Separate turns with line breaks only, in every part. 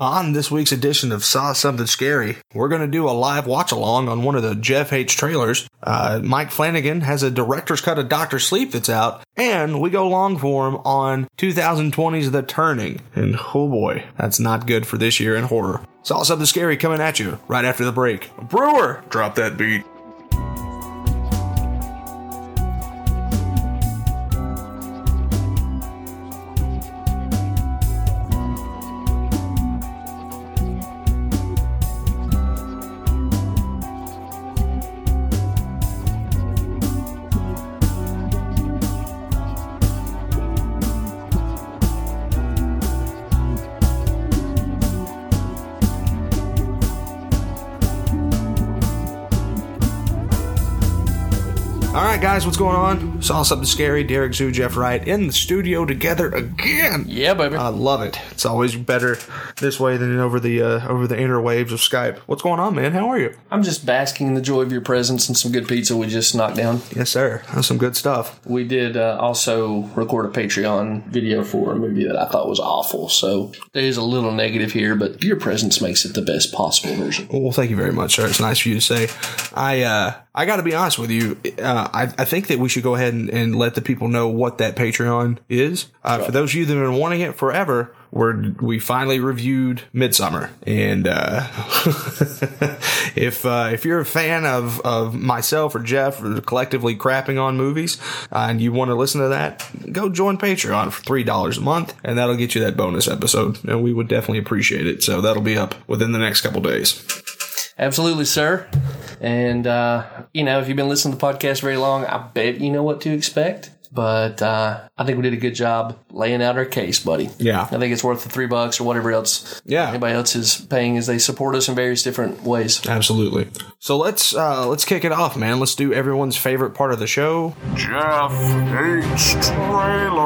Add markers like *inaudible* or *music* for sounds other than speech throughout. On this week's edition of Saw Something Scary, we're going to do a live watch along on one of the Jeff H. trailers. Uh, Mike Flanagan has a director's cut of Doctor Sleep that's out, and we go long form on 2020's The Turning. And oh boy, that's not good for this year in horror. Saw Something Scary coming at you right after the break. Brewer, drop that beat. All right, guys, what's going on? Saw something scary. Derek Zoo, Jeff Wright in the studio together again.
Yeah, baby.
I love it. It's always better this way than over the uh, over the interwaves of Skype. What's going on, man? How are you?
I'm just basking in the joy of your presence and some good pizza we just knocked down.
Yes, sir. That's some good stuff.
We did uh, also record a Patreon video for a movie that I thought was awful. So there is a little negative here, but your presence makes it the best possible version.
Well, thank you very much, sir. It's nice of you to say. I uh, I got to be honest with you. Uh, I, I think that we should go ahead and, and let the people know what that Patreon is. Uh, For those of you that have been wanting it forever, we're, we finally reviewed Midsummer, and uh, *laughs* if uh, if you're a fan of, of myself or Jeff or collectively crapping on movies, uh, and you want to listen to that, go join Patreon for three dollars a month, and that'll get you that bonus episode, and we would definitely appreciate it. So that'll be up within the next couple days.
Absolutely, sir. And, uh, you know, if you've been listening to the podcast very long, I bet you know what to expect. But uh, I think we did a good job laying out our case, buddy.
Yeah.
I think it's worth the three bucks or whatever else
Yeah.
anybody else is paying as they support us in various different ways.
Absolutely. So let's uh, let's kick it off, man. Let's do everyone's favorite part of the show.
Jeff hates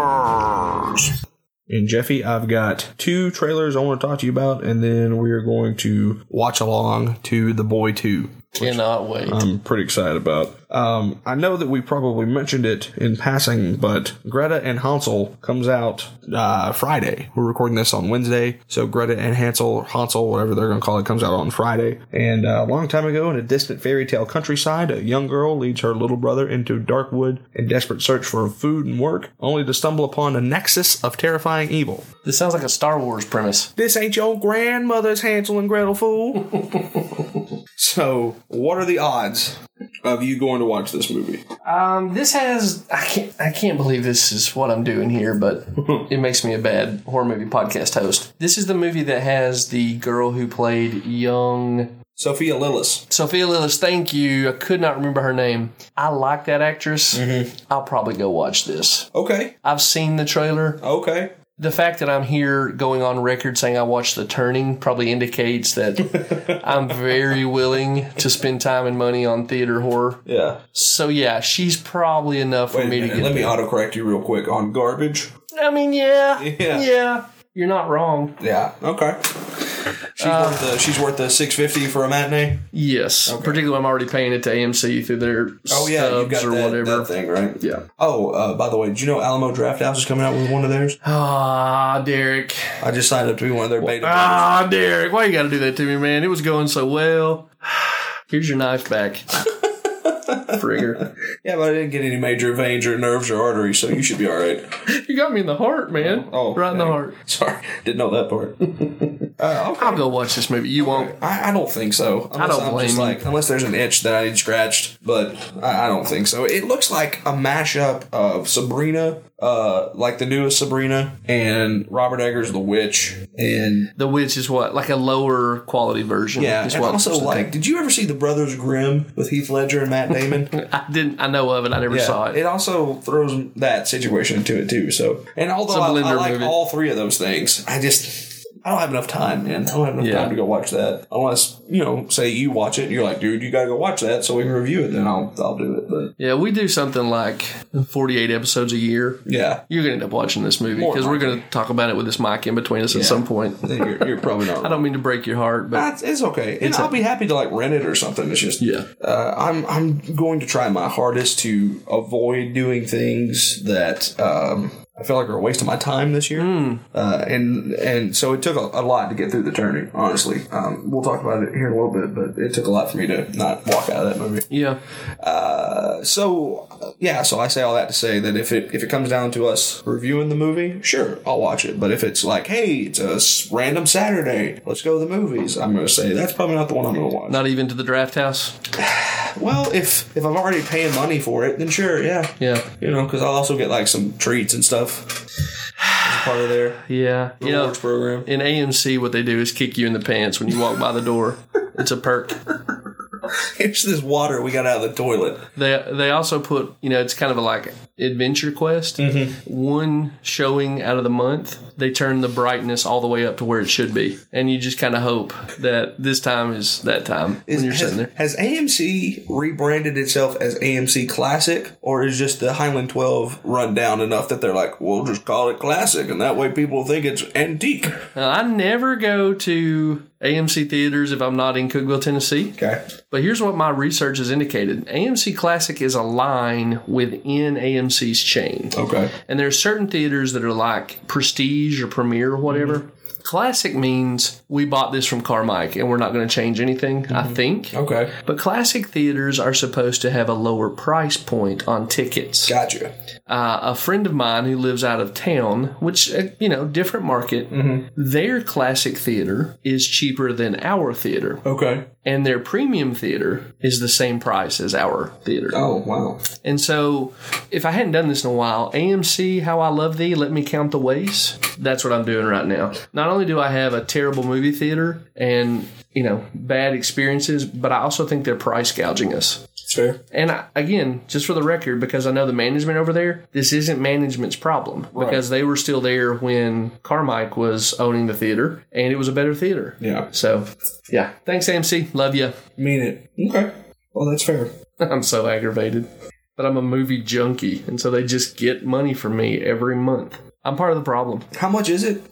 trailers.
And Jeffy, I've got two trailers I want to talk to you about, and then we are going to watch along to The Boy Two.
Cannot wait.
I'm pretty excited about. Um, I know that we probably mentioned it in passing, but Greta and Hansel comes out uh, Friday. We're recording this on Wednesday, so Greta and Hansel, Hansel, whatever they're going to call it, comes out on Friday. And uh, a long time ago, in a distant fairy tale countryside, a young girl leads her little brother into dark wood in desperate search for food and work, only to stumble upon a nexus of terrifying evil.
This sounds like a Star Wars premise.
This ain't your grandmother's Hansel and Gretel fool.
*laughs*
so, what are the odds of you going to watch this movie?
Um, this has I can't I can't believe this is what I'm doing here, but it makes me a bad horror movie podcast host. This is the movie that has the girl who played young
Sophia Lillis.
Sophia Lillis. Thank you. I could not remember her name. I like that actress. I'll probably go watch this.
Okay.
I've seen the trailer.
Okay.
the fact that I'm here going on record saying I watched The Turning probably indicates that I'm very willing to spend time and money on theater horror.
Yeah.
So yeah, she's probably enough for me to get.
me autocorrect you real quick on garbage.
I mean, yeah,
Yeah.
yeah, You're not wrong.
Yeah. Okay. She's
Uh,
worth the she's worth the six fifty for a matinee.
Yes, particularly when I'm already paying it to AMC through their
Oh yeah, you
stubs
got
or
that,
whatever.
that thing right.
Yeah.
Oh, uh, by the way, did you know Alamo Draft House is coming out with one of theirs?
Ah, Derek.
I just signed up to be one of their beta.
Ah, Derek. Why you got to do that to me, man? It was going so well. *sighs* Here's your
*laughs*
knife back, frigger.
Yeah, but I didn't get any major veins or nerves or arteries, so you should be all right. *laughs*
You got me in the heart, man.
Oh,
right in the
dang.
heart.
Sorry, didn't know that part.
I'll go watch this movie. You won't.
I, I don't think so. Unless
don't
I'm just
blame
like, unless there's an itch that I need scratched, but I, I don't think so. It looks like a mashup of Sabrina, uh, like the newest Sabrina, and Robert Eggers' The Witch, and
The Witch is what like a lower quality version.
yeah,
is
and
what I'm
also
thinking.
like, did you ever see The Brothers Grimm with Heath Ledger and Matt Damon?
I didn't. I know of it. I never saw it.
It also throws that situation into it too. So, and although
It's a
I, I
blender
like
movie.
all three of those things, I just I don't have enough time, man. I don't have enough
Yeah.
time to go watch that. Unless you know, say you watch it, and you're like, dude, you gotta go watch that so we can review it. Then I'll I'll do it. But
Yeah, we do something like 48 episodes a year.
yeah,
You're gonna end up watching this movie
More
because we're
likely.
gonna talk about it with this mic in between us at some point.
then you're, you're probably not.
I don't mean to break your heart, but
That's, it's okay, and I'll be happy to like rent it or something. It's just
Yeah.
Uh, I'm I'm going to try my hardest to avoid doing things that um, I felt like were a waste of my time this year. Uh, and and so it took a, a lot to get through the turning. Honestly, um, we'll talk about it here in a little bit, but it took a lot for me to not walk out of that movie.
Yeah.
So uh, yeah, so I say all that to say that if it if it comes down to us reviewing the movie, sure, I'll watch it. But if it's like, hey, it's a s- random Saturday, let's go to the movies, I'm gonna say that's probably not the one I'm gonna watch.
Not even to the draft house.
Well, if if I'm already paying money for it, then sure, yeah,
Yeah.
you know, because I'll also get like some treats and stuff as a part of their
Yeah. You know,
rewards program. *laughs*
in AMC, what they do is kick you in the pants when you walk by the door. It's a perk.
Here's this water we got out of the toilet.
They they also put you know it's kind of a like adventure quest. One showing out of the month, they turn the brightness all the way up to where it should be, and you just kind of hope that this time is that time when you're
has,
sitting there.
has AMC rebranded itself as AMC Classic, or is just the Highland 12 run down enough that they're like, we'll just call it Classic, and that way people think it's antique?
Now, I never go to AMC theaters if I'm not in Cookville, Tennessee.
Okay.
But here's what my research has indicated: AMC Classic is a line within AMC's chain.
Okay.
And there are certain theaters that are like prestige or premiere or whatever. Classic means we bought this from Carmike and we're not going to change anything, I think.
Okay.
But classic theaters are supposed to have a lower price point on tickets.
Gotcha.
Uh, a friend of mine who lives out of town, which, uh, you know, different market, their classic theater is cheaper than our theater.
Okay.
And their premium theater is the same price as our theater.
Oh, wow.
And so, if I hadn't done this in a while, AMC, How I Love Thee, Let Me Count the Ways, that's what I'm doing right now. Not only do I have a terrible movie theater and, you know, bad experiences, but I also think they're price gouging us.
Sure.
And I, again, just for the record, because I know the management over there, this isn't management's problem because they were still there when Carmike was owning the theater and it was a better theater.
Yeah.
So, yeah. Thanks, AMC. Love you.
Mean it. Okay. Well, that's fair.
*laughs* I'm so aggravated. But I'm a movie junkie, and so they just get money from me every month. I'm part of the problem.
How much is it?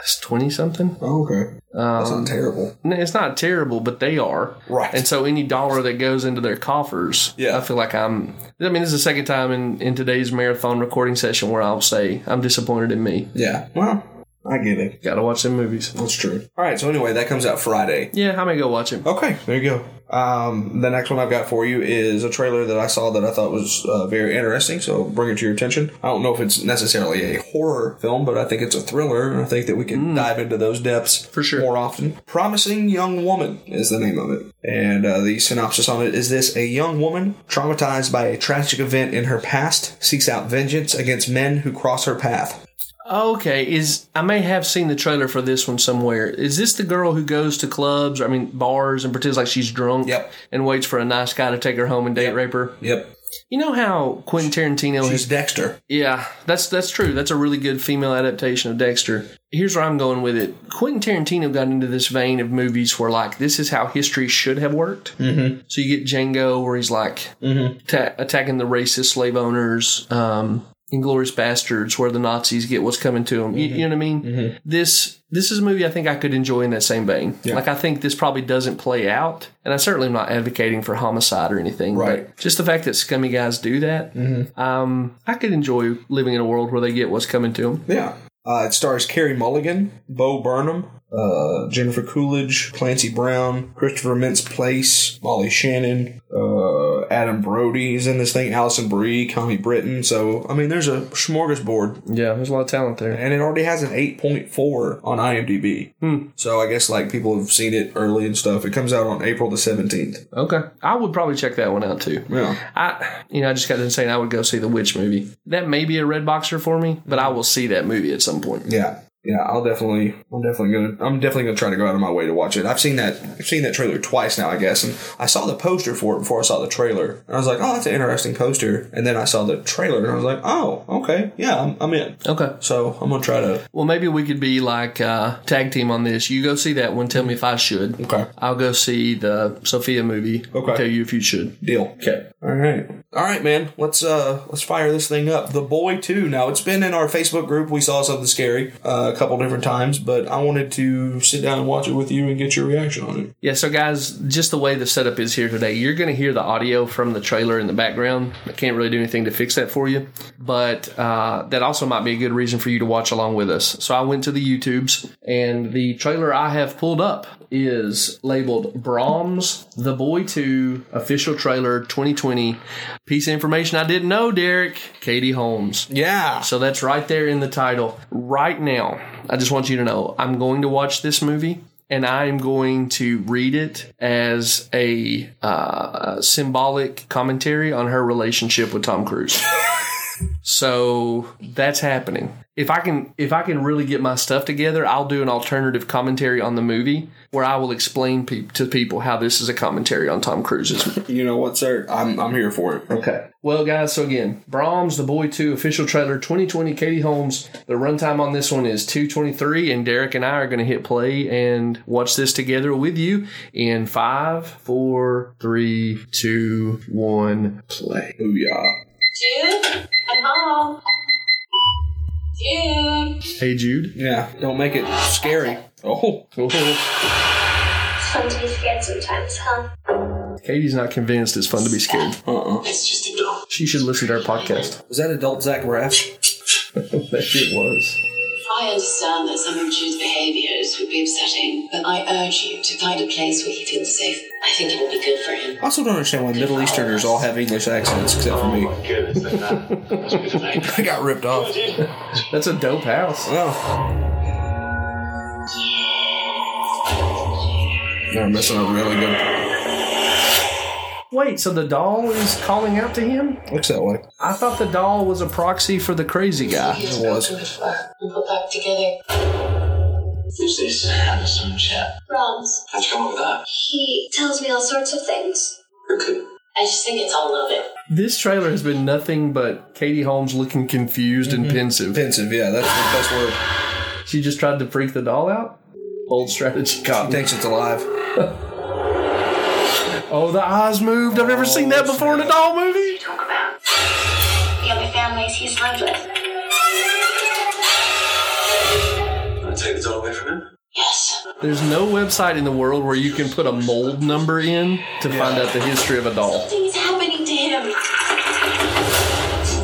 It's 20 something.
Oh, okay. that's not terrible.
No, It's not terrible, but they are.
Right.
And so any dollar that goes into their coffers,
Yeah.
I feel like I'm. I mean, this is the second time in, in today's marathon recording session where I'll say I'm disappointed in me.
Yeah. Well, I get it.
Gotta watch them movies.
That's true. All right. So, anyway, that comes out Friday.
Yeah, I may go watch it.
Okay, there you go. Um, the next one I've got for you is a trailer that I saw that I thought was uh, very interesting, so bring it to your attention. I don't know if it's necessarily a horror film, but I think it's a thriller, and I think that we can dive into those depths
Hmm. For sure.
more often. Promising Young Woman is the name of it, and uh, the synopsis on it is this: A young woman traumatized by a tragic event in her past seeks out vengeance against men who cross her path.
Okay, is I may have seen the trailer for this one somewhere. Is this the girl who goes to clubs, I mean bars, and pretends like she's drunk?
Yep.
And waits for a nice guy to take her home and date rape her.
Yep,
You know how Quentin Tarantino has
he's Dexter.
yeah, that's that's true. That's a really good female adaptation of Dexter. Here's where I'm going with it. Quentin Tarantino got into this vein of movies where like this is how history should have worked. Mm-hmm. So you get Django, where he's like ta- attacking the racist slave owners. Um, Inglorious Bastards, where the Nazis get what's coming to them. You, you know what I mean? This this is a movie I think I could enjoy in that same vein. Like I think this probably doesn't play out, and I certainly am not advocating for homicide or anything.
Right.
But just the fact that scummy guys do that, um, I could enjoy living in a world where they get what's coming to them.
Yeah. Uh, it stars Carrie Mulligan, Bo Burnham, uh, Jennifer Coolidge, Clancy Brown, Christopher Mintz Place, Molly Shannon, uh, Adam Brody is in this thing, Allison Brie, Connie Britton. So, I mean, there's a smorgasbord.
Yeah, there's a lot of talent there.
And it already has an 8.4 on IMDb. So I guess, like, people have seen it early and stuff. It comes out on April the 17th.
Okay, I would probably check that one out too.
Yeah.
I, you know, I just got done saying I would go see the Witch movie. That may be a red boxer for me, but I will see that movie at some point.
Yeah. Yeah, I'll definitely, I'm definitely gonna, I'm definitely gonna try to go out of my way to watch it. I've seen that, I've seen that trailer twice now, I guess, and I saw the poster for it before I saw the trailer, and I was like, oh, that's an interesting poster, and then I saw the trailer, and I was like, oh, okay, yeah, I'm, I'm in.
Okay,
So I'm gonna try to.
well maybe we could be like uh, tag team on this. You go see that one. Tell me if I should.
Okay.
I'll go see the Sophia movie.
Okay.
Tell you if you should.
Deal.
Okay.
All right. All right, man. Let's uh let's fire this thing up. The boy too. Now it's been in our Facebook group. We saw something scary. Uh, a couple different times, but I wanted to sit down and watch it with you and get your reaction on it.
Yeah, so guys, just the way the setup is here today, you're going to hear the audio from the trailer in the background. I can't really do anything to fix that for you, but uh, that also might be a good reason for you to watch along with us. So I went to the YouTubes, and the trailer I have pulled up is labeled Brahms The Boy 2 Official Trailer 2020. Piece of information I didn't know, Derek. Katie Holmes.
Yeah.
So that's right there in the title. Right now, I just want you to know I'm going to watch this movie and I'm going to read it as a, uh, a symbolic commentary on her relationship with Tom Cruise. so that's happening. If I can if I can really get my stuff together, I'll do an alternative commentary on the movie where I will explain pe- to people how this is a commentary on Tom Cruise's
You know what, sir? I'm, I'm here for it.
Okay. Well, guys, so again, Brahms, The Boy 2, official trailer 2020, Katie Holmes. The runtime on this one is 223, and Derek and I are going to hit play and watch this together with you in five, four, three, two, one, play.
Booyah.
Dude, I'm home. Dude.
Hey, Jude.
Yeah. Don't make it scary. Oh.
It's fun to be scared sometimes, huh?
Katie's not convinced it's fun to be scared.
Uh-uh.
It's just a dog.
She should listen to our podcast. *laughs*
Was that adult Zach Braff?
that shit was.
I understand that some of Jude's behaviours would be upsetting, but I urge you to find a place where he feels safe. I think it would be good for him.
I also don't understand why Middle Easterners all have English accents except for me.
Goodness, that must be the main.
I got ripped off.
That's a dope house.
Oh. They're missing a really good.
Wait, so the doll is calling out to him?
Looks that way.
I thought the doll was a proxy for the crazy guy.
He's
was.
good for.
We'll go back together.
Who's this handsome chap?
Bronze,
How'd you come up with that?
he tells me all sorts of things.
Who could?
I just think it's all of it.
This trailer has been nothing but Katie Holmes looking confused and pensive.
Pensive, Mm-hmm. yeah, that's the best word.
She just tried to freak the doll out. Old strategy
He
cotton.
thinks it's alive.
Oh, the eyes moved. I've
Oh,
never seen that before in a doll movie.
Talk about the other families he's lived with.
Want to take the dog away from him?
Yes.
There's no website in the world where you can put a mold number in to find out the history of a doll.
Something's happening to him.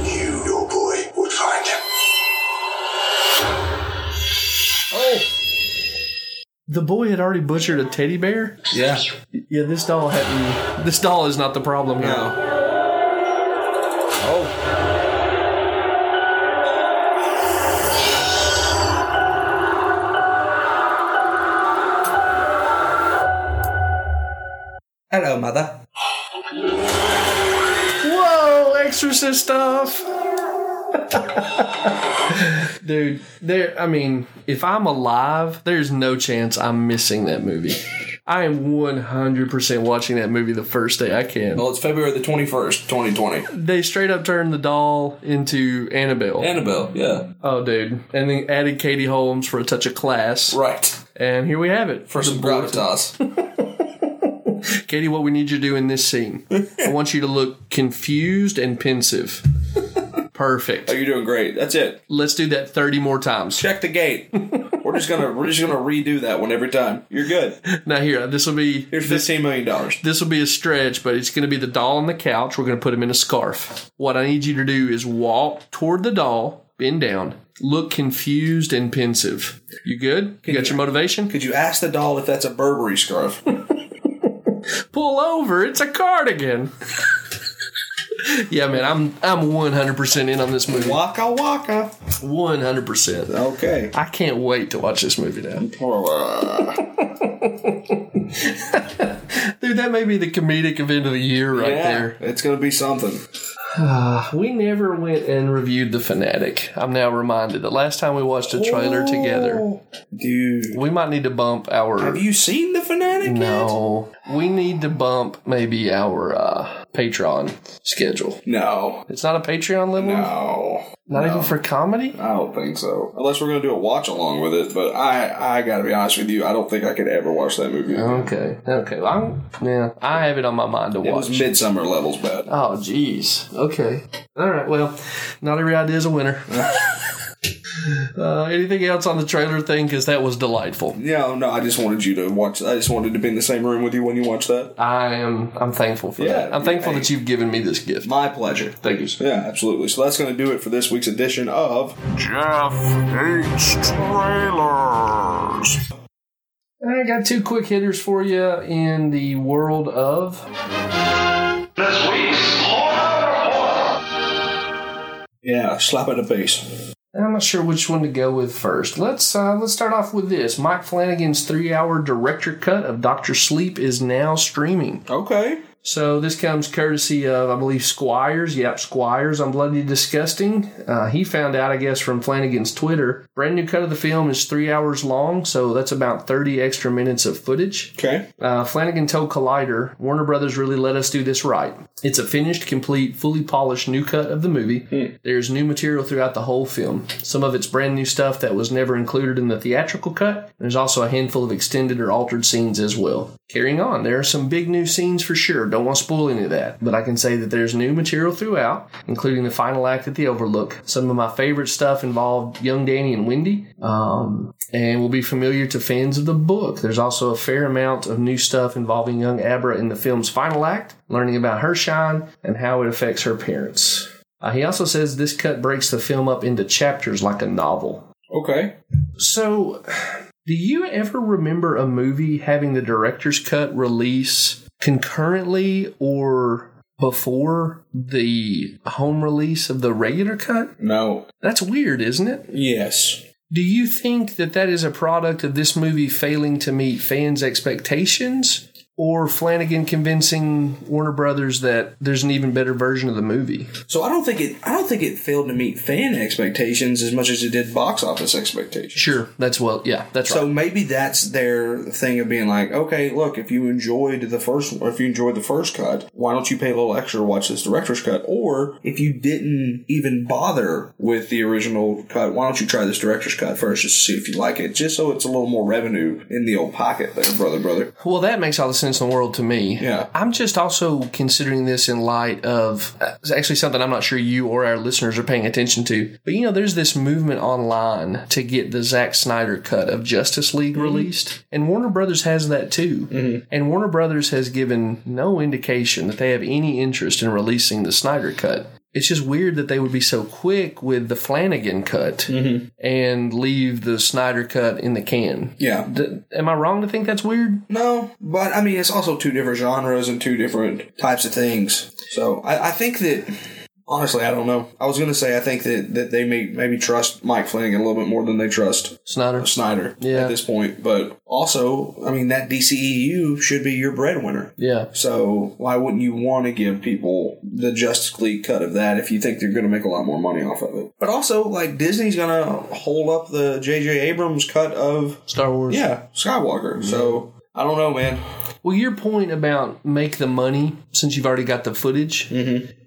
You, your boy, would find him.
Oh! The boy had already butchered a teddy bear.
Yeah.
Yeah, this doll hadn't. This doll is not the problem here.
No. Oh. Hello, mother.
Whoa, exorcist stuff. Dude, there I mean, if I'm alive, there's no chance I'm missing that movie. I am 100% watching that movie the first day I can.
Well, it's February the 21st, 2020.
They straight up turned the doll into Annabelle.
Annabelle, yeah.
oh, dude. And then added Katie Holmes for a touch of class.
Right.
And here we have it.
For some *laughs* gravitas.
Katie, what we need you to do in this scene, I want you to look confused and pensive. Perfect.
Oh, You're doing great. That's it.
Let's do that 30 more times.
Check the *laughs* gate. We're just gonna we're just gonna redo that one every time. You're good.
Now here, this will be
Here's fifteen million dollars.
this will be a stretch, but it's going to be the doll on the couch. We're going to put him in a scarf. What I need you to do is walk toward the doll, bend down, look confused and pensive. You good? You got your motivation?
Could you ask the doll if that's a Burberry *laughs* scarf?
Pull over. It's a cardigan. yeah, man, I'm I'm 100% in on this movie.
waka waka.
100%.
Okay.
I can't wait to watch this movie now.
uh,
Dude, that may be the comedic event of the year right there.
Yeah, it's gonna be something.
We never went and reviewed The Fanatic. I'm now reminded. The last time we watched a trailer together,
dude.
we might need to bump our.
Have you seen the fanatic?
No. We need to bump maybe our uh, Patreon schedule.
Yet? No.
It's not a Patreon level?
No.
Not even for comedy?
I don't think so. Unless we're gonna do a watch along with it, but I I gotta be honest with you, I don't think I could ever watch that movie. again.
Okay. Okay. Well, I'm, yeah, I have it on my mind to
It
watch.
was midsummer levels bad. *laughs*
Oh, jeez. Okay. All right. Well, not every idea is a winner. Uh, anything else on the trailer thing? Because that was delightful.
Yeah, no, I just wanted you to watch. I just wanted to be in the same room with you when you watch that.
I am. I'm thankful for
Yeah,
that. I'm thankful
hey.
that you've given me this gift.
My pleasure.
Thank you. Sir.
Yeah, absolutely. So that's going to do it for this week's edition of.
Jeff hates trailers.
I got two quick hitters for you in the world of.
This week's Horror Report.
Yeah, slap at the base.
I'm not sure which one to go with first. Let's uh, let's start off with this. Mike Flanagan's three-hour director cut of Doctor Sleep is now streaming.
Okay.
So this comes courtesy of, I believe, Squires. Yep, Squires on Bloody Disgusting. Uh, he found out, I guess, from Flanagan's Twitter. Brand new cut of the film is three hours long, so that's about 30 extra minutes of footage.
Okay.
Uh, Flanagan told Collider, Warner Brothers really let us do this right. It's a finished, complete, fully polished new cut of the movie. There's new material throughout the whole film. Some of it's brand new stuff that was never included in the theatrical cut. There's also a handful of extended or altered scenes as well. Carrying on, there are some big new scenes for sure. Don't want to spoil any of that, but I can say that there's new material throughout, including the final act at the Overlook. Some of my favorite stuff involved young Danny and Wendy. Um, and will be familiar to fans of the book. There's also a fair amount of new stuff involving young Abra in the film's final act, learning about her shine and how it affects her parents. Uh, he also says this cut breaks the film up into chapters like a novel.
Okay.
So, do you ever remember a movie having the director's cut release concurrently or before the home release of the regular cut?
No.
That's weird, isn't it?
Yes.
Do you think that that is a product of this movie failing to meet fans' expectations? Or Flanagan convincing Warner Brothers that there's an even better version of the movie?
So I don't think it. I don't think it failed to meet fan expectations as much as it did box office expectations.
Sure, that's well, yeah, that's
So
right.
maybe that's their thing of being like, okay, look, if you enjoyed the first, or if you enjoyed the first cut, why don't you pay a little extra to watch this director's cut? Or if you didn't even bother with the original cut, why don't you try this director's cut first just to see if you like it, just so it's a little more revenue in the old pocket there, brother, brother.
Well, that makes all the sense in the world to me.
Yeah.
I'm just also considering this in light of uh, it's actually something I'm not sure you or our listeners are paying attention to. But you know, there's this movement online to get the Zack Snyder cut of Justice League released, and Warner Brothers has that too. And Warner Brothers has given no indication that they have any interest in releasing the Snyder cut. It's just weird that they would be so quick with the Flanagan cut and leave the Snyder cut in the can.
Yeah.
D- am I wrong to think that's weird?
No, but I mean, it's also two different genres and two different types of things. So I, I think that, honestly, I don't know. I was going to say, I think that, that they may maybe trust Mike Flanagan a little bit more than they trust
Snyder.
Snyder
Yeah.
at this point. But also, I mean, that DCEU should be your breadwinner.
Yeah.
So why wouldn't you want to give people the Justice League cut of that if you think they're going to make a lot more money off of it? But also, like Disney's going to hold up the J.J. Abrams cut of
Star Wars.
yeah Skywalker. So I don't know, man.
Well, your point about make the money since you've already got the footage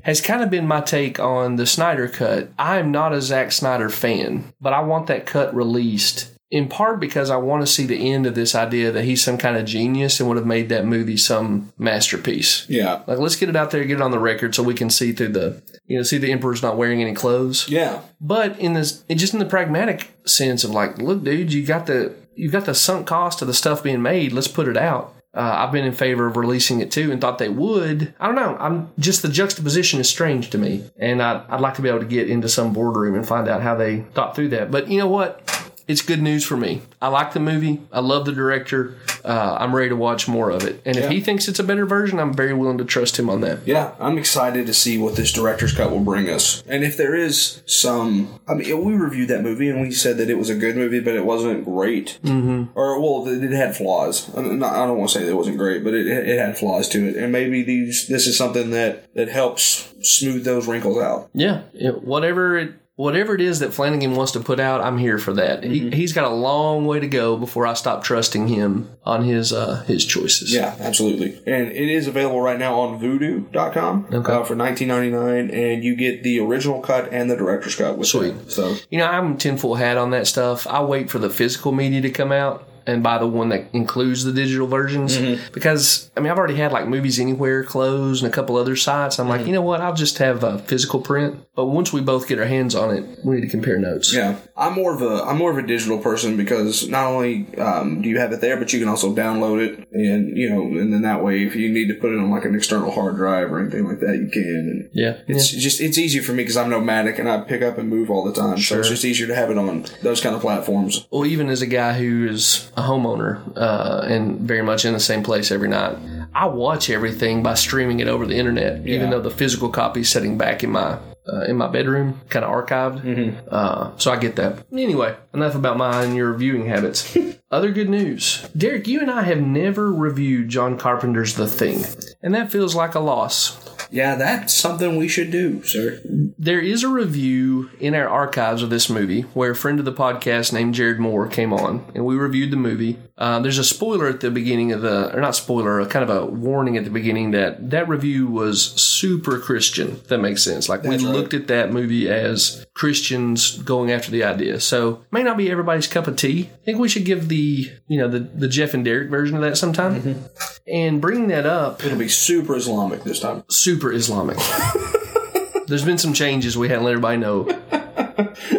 has kind of been my take on the Snyder cut. I am not a Zack Snyder fan, but I want that cut released in part because I want to see the end of this idea that he's some kind of genius and would have made that movie some masterpiece.
Yeah,
Like, let's get it out there, get it on the record, so we can see through the, you know, see the emperor's not wearing any clothes.
yeah,
But in this, in just in the pragmatic sense of like, look, dude, you got the you got the sunk cost of the stuff being made. Let's put it out. Uh, I've been in favor of releasing it too, and thought they would. I don't know. I'm just the juxtaposition is strange to me, and I, I'd like to be able to get into some boardroom and find out how they thought through that. But you know what? It's good news for me. I like the movie. I love the director. Uh, I'm ready to watch more of it. And if
Yeah.
he thinks it's a better version, I'm very willing to trust him on that.
yeah. I'm excited to see what this director's cut will bring us, and if there is some. I mean, we reviewed that movie and we said that it was a good movie, but it wasn't great. Mm-hmm. Or well, it it had flaws. I mean, not- I don't want to say that it wasn't great, but it, it had flaws to it, and maybe these this is something that that helps smooth those wrinkles out.
Yeah, it- whatever it whatever it is that Flanagan wants to put out, I'm here for that.
Mm-hmm.
He, he's got a long way to go before I stop trusting him on his uh, his choices.
Yeah, absolutely. And it is available right now on voodoo.com
Okay.
uh, for 19.99 and you get the original cut and the director's cut with
Sweet.
it. So,
You know, I'm tinfoil hat on that stuff. I wait for the physical media to come out and buy the one that includes the digital versions
Mm-hmm.
because I mean
Mm-hmm.
I've already had like Movies Anywhere close and a couple other sites. I'm like, you know what? I'll just have a physical print. But once we both get our hands on it, we need to compare notes.
Yeah, I'm more of a I'm more of a digital person because not only um, do you have it there, but you can also download it, and you know, and then that way, if you need to put it on like an external hard drive or anything like that, you can. And
Yeah.
it's just it's easier for me because I'm nomadic and I pick up and move all the time, so it's
Sure.
just easier to have it on those kind of platforms.
Well, even as a guy who is a homeowner uh, and very much in the same place every night, I watch everything by streaming it over the internet. Even though the physical copy is sitting back in my uh, in my bedroom, kind of archived. Uh, so I get that. Anyway, enough about mine and your viewing habits. Other good news, Derek. You and I have never reviewed John Carpenter's The Thing, and that feels like a loss.
Yeah, that's something we should do, sir.
There is a review in our archives of this movie where a friend of the podcast named Jared Moore came on and we reviewed the movie. Uh, there's a spoiler at the beginning of the, or not spoiler, a kind of a warning at the beginning that that review was super Christian. If that makes sense. Like we looked at that movie as Christians going after the idea. So may not be everybody's cup of tea. I think we should give the, you know, the, the Jeff and Derek version of that sometime. And bringing that up
It'll be super Islamic this time.
super Islamic. There's been some changes we hadn't let everybody know.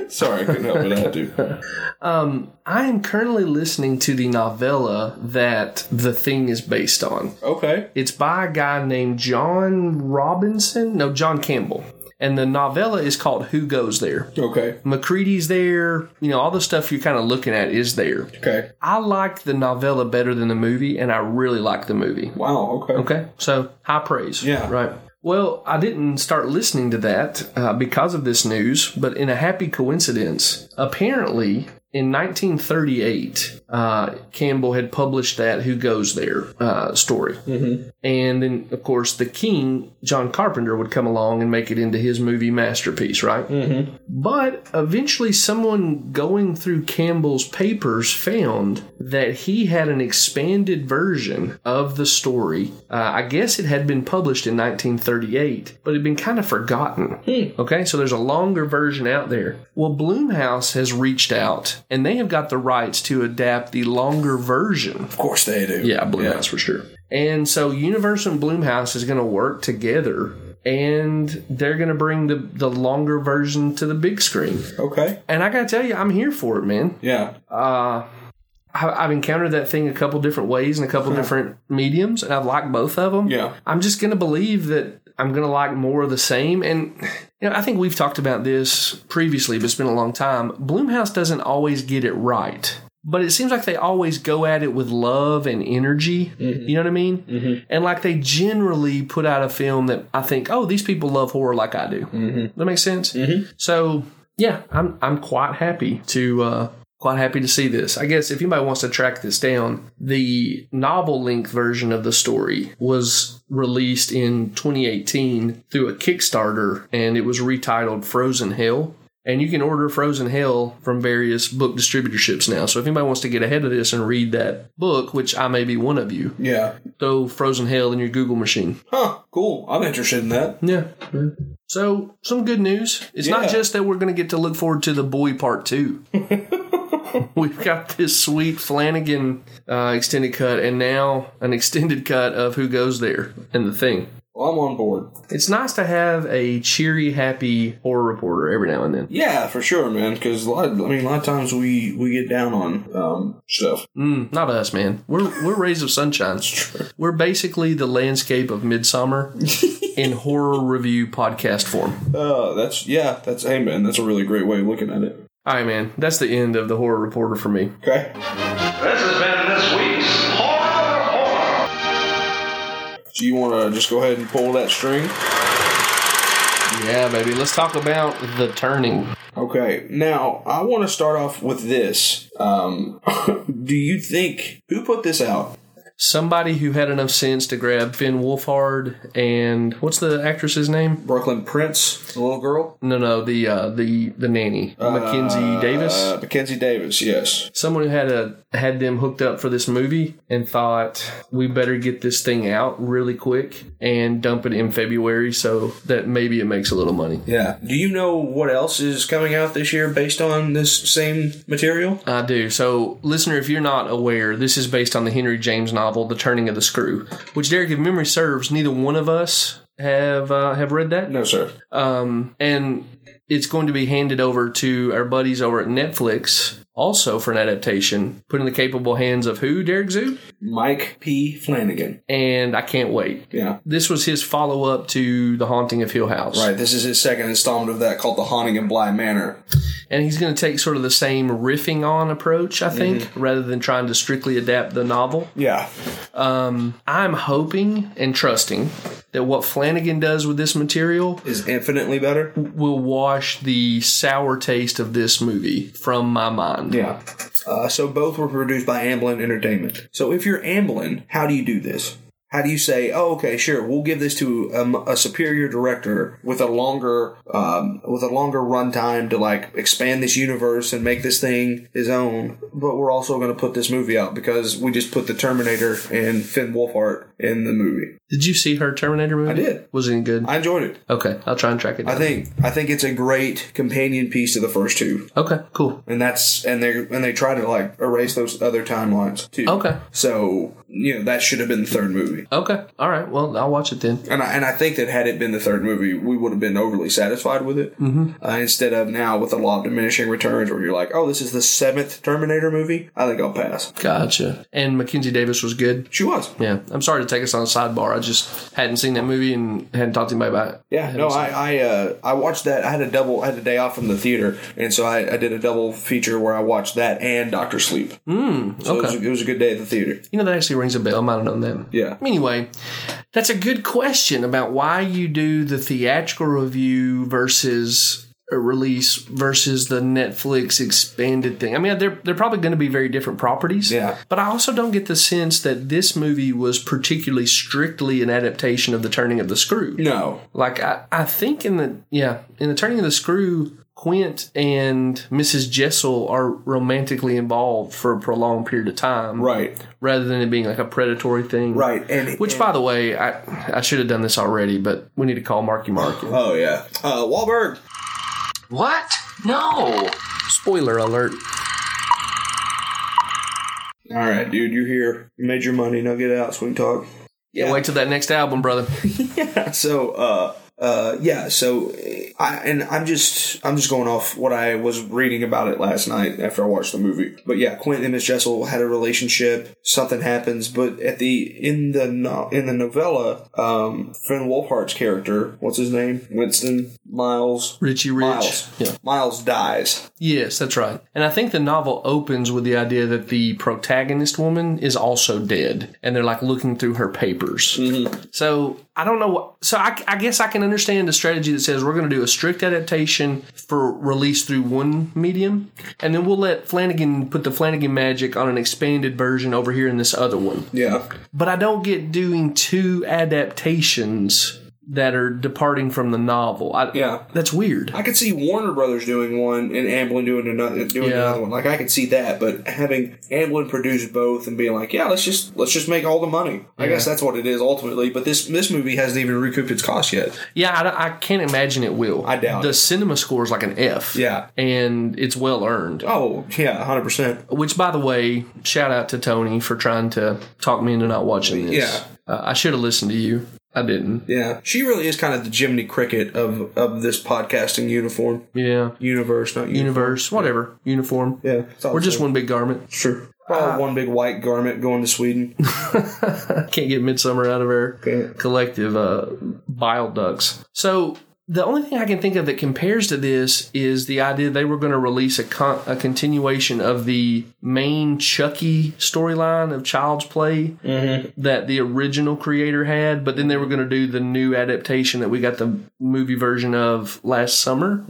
Sorry, I couldn't help it. I had to.
I am currently listening to the novella that the thing is based on.
*laughs* Okay.
It's by a guy named John Robinson. No, John Campbell. And the novella is called Who Goes There.
Okay.
McCready's there. You know, all the stuff you're kind of looking at is there.
Okay.
I like the novella better than the movie, and I really like the movie.
Wow. Okay.
Okay, so high praise.
Yeah.
Right. Well, I didn't start listening to that uh, because of this news, but in a happy coincidence, apparently in 1938, uh, Campbell had published that Who Goes There uh, story. And then, of course, the king, John Carpenter, would come along and make it into his movie masterpiece, right? But eventually, someone going through Campbell's papers found that he had an expanded version of the story. Uh, I guess it had been published in 1938, but it had been kind of forgotten. Okay, so there's a longer version out there. Well, Bloomhouse has reached out and they have got the rights to adapt the longer version.
Of course they do.
Yeah, Bloomhouse for sure. And so Universal and Bloomhouse is going to work together and they're going to bring the, the longer version to the big screen.
Okay.
And I gotta tell you, I'm here for it, man.
Yeah.
Uh, I, I've encountered that thing a couple different ways and a couple different mediums, and I've liked both of them.
Yeah.
I'm just gonna believe that I'm gonna like more of the same. And you know, I think we've talked about this previously, but it's been a long time. Bloomhouse doesn't always get it right. But it seems like they always go at it with love and energy. You know what I mean? And like they generally put out a film that I think, oh, these people love horror like I do. That makes sense. So yeah, I'm I'm quite happy to uh, quite happy to see this. I guess if anybody wants to track this down, the novel length version of the story was released in 2018 through a Kickstarter, and it was retitled Frozen Hell. And you can order Frozen Hell from various book distributorships now. So if anybody wants to get ahead of this and read that book, which I may be one of you,
Yeah.
throw Frozen Hell in your Google machine.
Huh. Cool. I'm interested in that.
Yeah. So some good news. It's
Yeah.
not just that we're going to get to look forward to the boy part two. We've got this sweet Flanagan uh, extended cut, and now an extended cut of Who Goes There and the Thing.
Well, I'm on board.
It's nice to have a cheery, happy horror reporter every now and then.
Yeah, for sure, man. Because a lot, I mean, a lot of times we we get down on um, stuff.
Mm, not us, man. We're we're rays of sunshine. We're basically the landscape of Midsummer in horror review podcast form.
Uh, that's yeah, that's hey, man. That's a really great way of looking at it.
All right, man. That's the end of the horror reporter for me.
Okay.
This has been this week's Horror Report.
Do you want to just go ahead and pull that string?
Yeah, baby. Let's talk about the turning.
Okay. Now I want to start off with this. Um, *laughs* do you think who put this out?
Somebody who had enough sense to grab Finn Wolfhard and what's the actress's name?
Brooklyn Prince, the little girl,
No, no, the uh, the the nanny, Mackenzie Davis.
uh, Mackenzie Davis. Yes.
Someone who had a had them hooked up for this movie and thought we better get this thing out really quick and dump it in February so that maybe it makes a little money.
Yeah. Do you know what else is coming out this year based on this same material?
I do. So, listener, if you're not aware, this is based on the Henry James novel, The Turning of the Screw, which, Derek, if memory serves, neither one of us have uh, have read that?
No, sir.
Um, and it's going to be handed over to our buddies over at Netflix also for an adaptation, put in the capable hands of who, Derek Zoo?
Mike P. Flanagan.
And I can't wait.
Yeah.
This was his follow up to The Haunting of Hill House.
Right. This is his second installment of that called The Haunting of Bly Manor.
And he's going to take sort of the same riffing on approach, I think, rather than trying to strictly adapt the novel.
Yeah.
Um, I'm hoping and trusting that what Flanagan does with this material
Is infinitely better.
will wash the sour taste of this movie from my mind.
Yeah. Uh, so both were produced by Amblin Entertainment. So if you're Amblin, how do you do this? How do you say, oh, okay, sure, we'll give this to um, a superior director with a longer, um, with a longer runtime to like expand this universe and make this thing his own, but we're also going to put this movie out because we just put the Terminator and Finn Wolfhard in the movie.
Did you see her Terminator movie?
I did.
Was it good?
I enjoyed it.
okay, I'll try and track it
I
down.
think, I think it's a great companion piece to the first two,
okay, cool.
and that's and they and they try to like erase those other timelines too.
Okay.
So you know that should have been the third movie,
Okay. All right. Well, I'll watch it then.
and I and I think that had it been the third movie, we would have been overly satisfied with it. Mm-hmm. Uh, instead of now with the law of diminishing returns, where you're like, oh, this is the seventh Terminator movie. I think I'll pass.
Gotcha. And Mackenzie Davis was good.
She was.
Yeah. I'm sorry to take us on a sidebar. I just hadn't seen that movie and hadn't talked to anybody about it.
Yeah, no, I I, uh, I watched that. I had a double. I had a day off from the theater, and so I, I did a double feature where I watched that and Doctor Sleep. Mm, so it, was a, it was a good day at the theater.
You know, that actually rings a bell. I might have known that.
Yeah.
Anyway, that's a good question about why you do the theatrical review versus a release versus the Netflix expanded thing. I mean, they're they're probably going to be very different properties.
Yeah.
But I also don't get the sense that this movie was particularly strictly an adaptation of The Turning of the Screw.
No,
Like I, I think in the yeah, in the turning of the screw, Quint and Mrs. Jessel are romantically involved for a prolonged period of time.
right,
Rather than it being like a predatory thing.
right, and
Which by the way, I I should have done this already, but we need to call Marky Mark.
oh yeah, uh, Wahlberg.
What? No!
Spoiler alert.
All right, dude, you're here. You made your money. Now get out, swing talk. Yeah.
Wait till that next album, brother.
So, uh, uh, yeah. So, eh, I and I'm just I'm just going off what I was reading about it last night after I watched the movie. But yeah, Quentin and Miss Jessel had a relationship. Something happens, but at the in the no, in the novella, um, Finn Wolfhard's character, what's his name, Winston Miles.
Richie Rich.
Miles.
Yeah.
Miles dies.
Yes, that's right. And I think the novel opens with the idea that the protagonist woman is also dead, and they're like looking through her papers. So I don't know. What, so I, I guess I can understand the strategy that says we're going to do a strict adaptation for release through one medium, and then we'll let Flanagan put the Flanagan magic on an expanded version over here in this other one.
Yeah.
But I don't get doing two adaptations that are departing from the novel. I,
Yeah.
that's weird.
I could see Warner Brothers doing one and Amblin doing another doing
Yeah.
another one. Like I could see that, but having Amblin produce both and being like, yeah, let's just let's just make all the money. I guess that's what it is ultimately. But this this movie hasn't even recouped its cost yet.
Yeah, I, I can't imagine it will.
I doubt
the
it.
cinema score is like an F.
Yeah.
and it's well earned.
Oh yeah, hundred percent.
Which, by the way, shout out to Tony for trying to talk me into not watching this.
Yeah.
uh, I should have listened to you. I didn't.
Yeah, she really is kind of the Jiminy Cricket of of this podcasting uniform
Yeah,
universe, not uniform.
universe, whatever, uniform.
Yeah, it's all
We're
the
just
same.
one big garment. *laughs*
Sure. Probably one big white garment going to Sweden.
Can't get midsummer out of our
Can't.
collective uh, bile ducts. So the only thing I can think of that compares to this is the idea they were going to release a, con- a continuation of the main Chucky storyline of Child's Play that the original creator had, but then they were going to do the new adaptation that we got the movie version of last summer.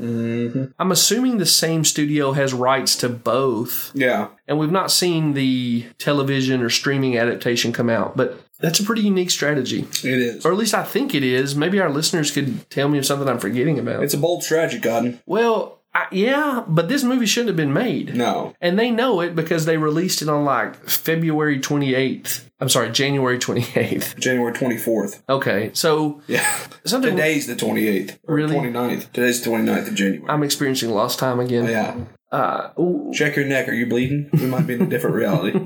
I'm assuming the same studio has rights to both
yeah,
and we've not seen the television or streaming adaptation come out, but that's a pretty unique strategy.
it is.
Or at least I think it is. Maybe our listeners could tell me of something I'm forgetting about.
It's a bold strategy, Cotton.
well, I, yeah, but this movie shouldn't have been made.
No.
And they know it because they released it on like February 28th. I'm sorry, January 28th.
January 24th.
Okay. So
Yeah. *laughs*
something
Today's the 28th. Or
Really?
29th. Today's the 29th of January.
I'm experiencing lost time again.
yeah.
Uh, *laughs* ooh,
Check your neck. Are you bleeding? We might be in a
*laughs*
different reality.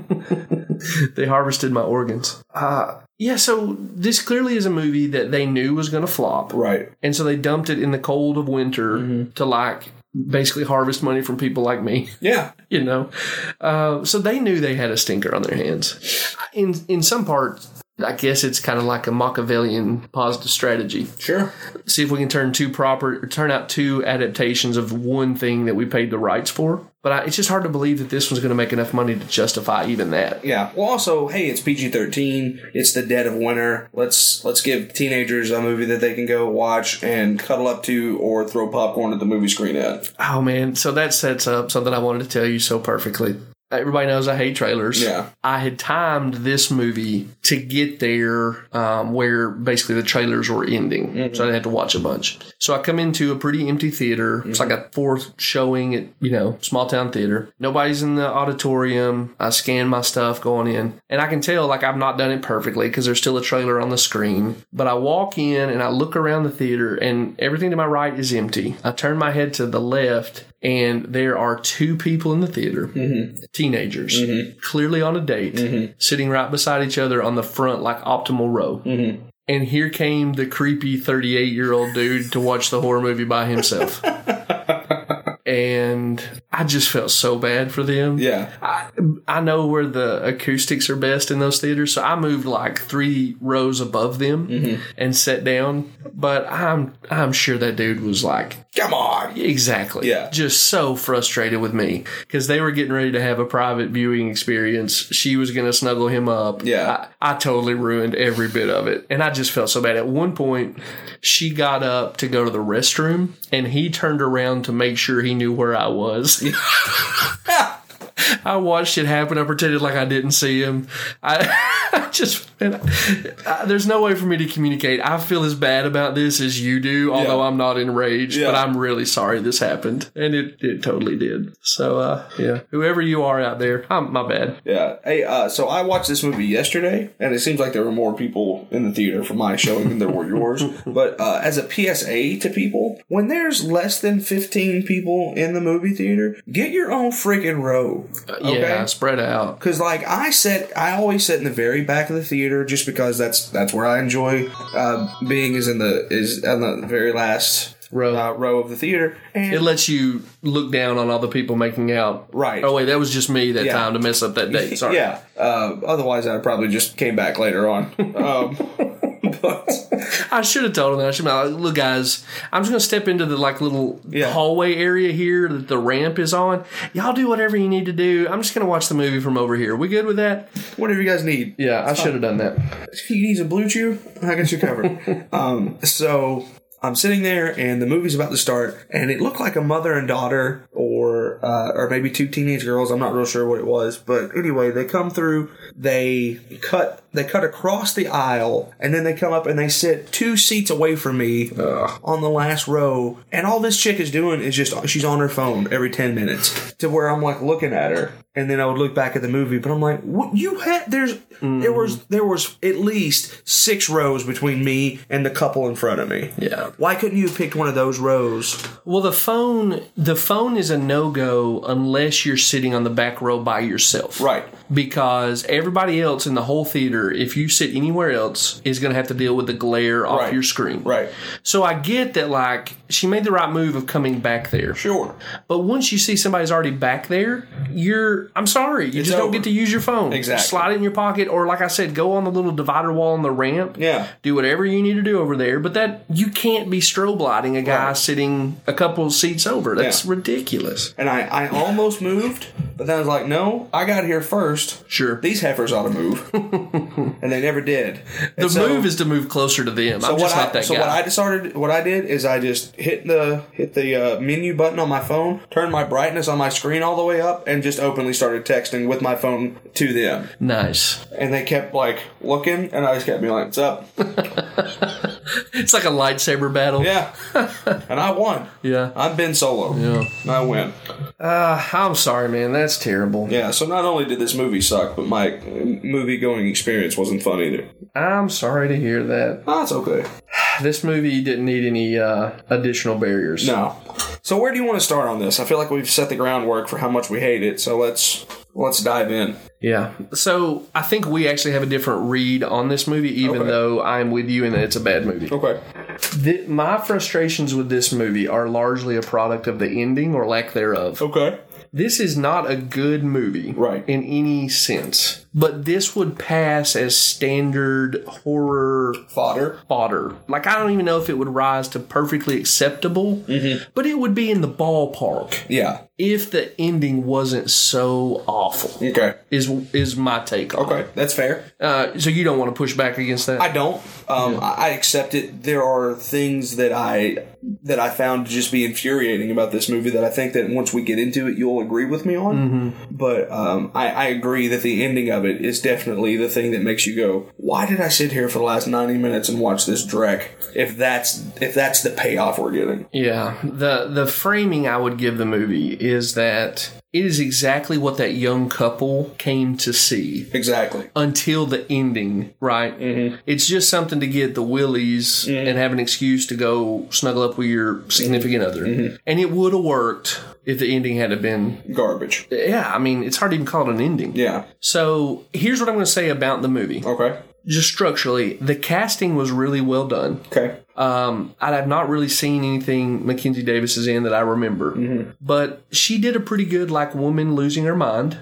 they harvested my organs. Uh, yeah, so this clearly is a movie that they knew was going to flop.
Right.
And so they dumped it in the cold of winter
Mm-hmm.
to like basically harvest money from people like me,
Yeah.
you know. Uh, so they knew they had a stinker on their hands. In in some parts, I guess it's kind of like a Machiavellian positive strategy.
Sure.
See if we can turn two proper turn out two adaptations of one thing that we paid the rights for. But I, it's just hard to believe that this one's going to make enough money to justify even that.
Yeah. Well, also, hey, it's PG thirteen. It's the dead of winter. Let's let's give teenagers a movie that they can go watch and cuddle up to, or throw popcorn at the movie screen at.
Oh man, so that sets up something I wanted to tell you so perfectly. Everybody knows I hate trailers.
Yeah.
I had timed this movie to get there um, where basically the trailers were ending. So I didn't have to watch a bunch. So I come into a pretty empty theater. It's like a fourth showing at, you know, small town theater. Nobody's in the auditorium. I scan my stuff going in. And I can tell, like, I've not done it perfectly because there's still a trailer on the screen. But I walk in and I look around the theater and everything to my right is empty. I turn my head to the left and there are two people in the theater teenagers, clearly on a date, sitting right beside each other on the front, like optimal row. And here came the creepy 38 year old dude to watch the horror movie by himself. and I just felt so bad for them.
Yeah.
I, I know where the acoustics are best in those theaters, so I moved like three rows above them and sat down. But I'm I'm sure that dude was like
Come on.
Exactly.
Yeah.
Just so frustrated with me because they were getting ready to have a private viewing experience. She was going to snuggle him up.
Yeah.
I, I totally ruined every bit of it. And I just felt so bad. At one point, she got up to go to the restroom and he turned around to make sure he knew where
*laughs*
I was. I watched it happen. I pretended like I didn't see him. I, *laughs* I just, and I, I- there's no way for me to communicate. I feel as bad about this as you do, although
Yeah.
I'm not enraged, but
Yeah.
I'm really sorry this happened. And it, it totally did. So, uh, yeah, whoever you are out there, I'm, my bad.
Yeah. Hey. Uh, so I watched this movie yesterday, and it seems like there were more people in the theater for my showing than there were yours. But uh, as a PSA to people, when there's less than fifteen people in the movie theater, get your own freaking row.
Yeah, spread out.
Cause like I sit, I always sit in the very back of the theater just because that's that's where I enjoy uh, being is in the is on the very last
Row.
uh, row of the theater. And
It lets you look down on all the people making out.
Right.
Oh, wait, that was just me that
Yeah.
time to mess up
*laughs*
that date. Sorry.
yeah. Uh, otherwise, I probably just came back later on. Um, *laughs* but
I should have told him that. I should have been like, look, guys, I'm just going to step into the like little
Yeah.
hallway area here that the ramp is on. Y'all do whatever you need to do. I'm just going to watch the movie from over here. We good with that?
whatever you guys need,
Yeah, I should have done that.
you need some blue chew. I guess you're covered. um, so I'm sitting there, and the movie's about to start, and it looked like a mother and daughter, or uh, or maybe two teenage girls. I'm not real sure what it was, but anyway, they come through. They cut they cut across the aisle, and then they come up and they sit two seats away from me on the last row. And all this chick is doing is just she's on her phone every ten minutes, to where I'm like looking at her, and then I would look back at the movie, but I'm like, what you had? There's there was there was at least six rows between me and the couple in front of me.
Yeah.
Why couldn't you have picked one of those rows?
Well, the phone, the phone is a no go unless you're sitting on the back row by yourself.
Right.
Because everybody else in the whole theater, if you sit anywhere else, is going to have to deal with the glare off
Right.
your screen.
Right.
So I get that, like, she made the right move of coming back there.
Sure.
But once you see somebody's already back there, you're I'm sorry, you just don't
over.
get to use your phone.
Exactly.
Slide it in your pocket or like I said, go on the little divider wall on the ramp.
Yeah.
Do whatever you need to do over there, but that you can't be strobe lighting a guy sitting a couple of seats over. That's
Yeah.
ridiculous.
And I, I almost moved, but then I was like, no, I got here first.
Sure.
These heifers ought to
*laughs*
move. and they never did.
the move is to move closer to them. I'm just
what
not
I,
that
so
guy.
what I decided, what I did is I just hit the hit the uh, menu button on my phone, turned my brightness on my screen all the way up, and just openly started texting with my phone to them.
nice.
And they kept like looking, and I just kept being like, "What's up?"
It's like a lightsaber battle. *laughs*
yeah, and I won.
Yeah.
I've been solo.
Yeah.
and I win.
I'm sorry, man. That's terrible.
Yeah, so not only did this movie suck, but my movie going experience wasn't fun either.
I'm sorry to hear that.
Oh, it's okay.
This movie didn't need any uh, additional barriers.
No. So where do you want to start on this? I feel like we've set the groundwork for how much we hate it. So let's let's dive in.
Yeah. So I think we actually have a different read on this movie, even
Okay.
though I'm with you in that it's a bad movie.
Okay.
Th- my frustrations with this movie are largely a product of the ending or lack thereof.
Okay.
This is not a good movie
Right.
in any sense, but this would pass as standard horror
Fodder.
fodder. Like, I don't even know if it would rise to perfectly acceptable, but it would be in the ballpark
Yeah.
if the ending wasn't so awful.
Okay.
Is is my take on
Okay.
it.
That's fair.
Uh, so you don't want to push back against that?
I don't. Um, I I accept it. There are things that I that I found to just be infuriating about this movie that I think that once we get into it, you'll agree with me on. But um, I, I agree that the ending of it is definitely the thing that makes you go, "Why did I sit here for the last ninety minutes and watch this dreck?" If that's if that's the payoff we're getting,
Yeah. The the framing I would give the movie is that it is exactly what that young couple came to see
exactly.
until the ending, right? Mm-hmm. It's just something to get the willies
Mm-hmm.
and have an excuse to go snuggle up with your significant other.
Mm-hmm.
And it would have worked if the ending had have been
Garbage.
Yeah, I mean, it's hard to even call it an ending.
Yeah.
So, here's what I'm going to say about the movie.
Okay.
Just structurally, the casting was really well done.
Okay.
Um, I have not really seen anything Mackenzie Davis is in that I remember, but she did a pretty good like woman losing her mind.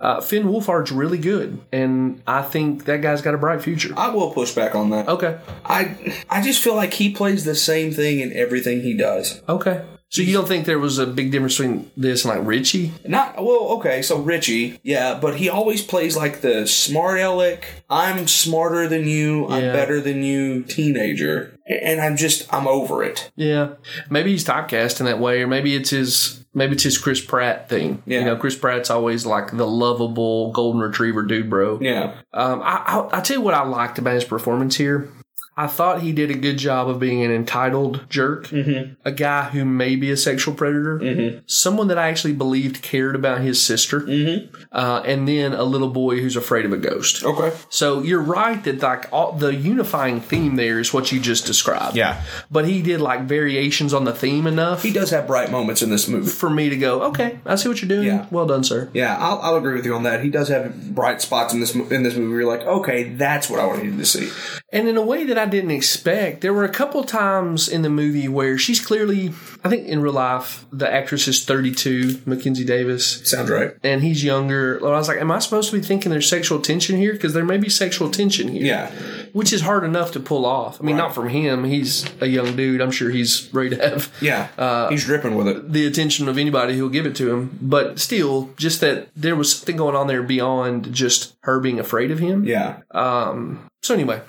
Uh, Finn Wolfhard's really good, and I think that guy's got a bright future.
I will push back on that.
Okay,
I I just feel like he plays the same thing in everything he does.
okay. So you don't think there was a big difference between this and like Richie?
Not well, okay. So Richie, yeah, but he always plays like the smart aleck. I'm smarter than you. I'm
Yeah.
better than you, teenager. And I'm just, I'm over it.
Yeah, maybe he's typecast in that way, or maybe it's his maybe it's his Chris Pratt thing.
Yeah.
You know, Chris Pratt's always like the lovable golden retriever dude, bro.
Yeah,
Um, I, I I tell you what I liked about his performance here. I thought he did a good job of being an entitled jerk, mm-hmm. a guy who may be a sexual predator, mm-hmm. someone that I actually believed cared about his sister, mm-hmm. uh, and then a little boy who's afraid of a ghost.
okay,
So you're right that like all, the unifying theme there is what you just described.
Yeah.
but he did like variations on the theme enough
he does have bright moments in this movie.
for me to go, okay, I see what you're doing.
Yeah.
Well done, sir.
Yeah, I'll, I'll agree with you on that. He does have bright spots in this mo- in this movie. Where you're like, okay, that's what I wanted to see.
and in a way that I didn't expect. There were a couple times in the movie where she's clearly, I think in real life, the actress is 32, Mackenzie Davis,
Sounds right.
and he's younger. And I was like, am I supposed to be thinking there's sexual tension here? Because there may be sexual tension here,
Yeah,
which is hard enough to pull off. I mean, not from him. He's a young dude. I'm sure he's ready to have
yeah.
Uh,
He's dripping with it.
the attention of anybody who'll give it to him. But still, just that there was something going on there beyond just her being afraid of him.
Yeah,
So anyway,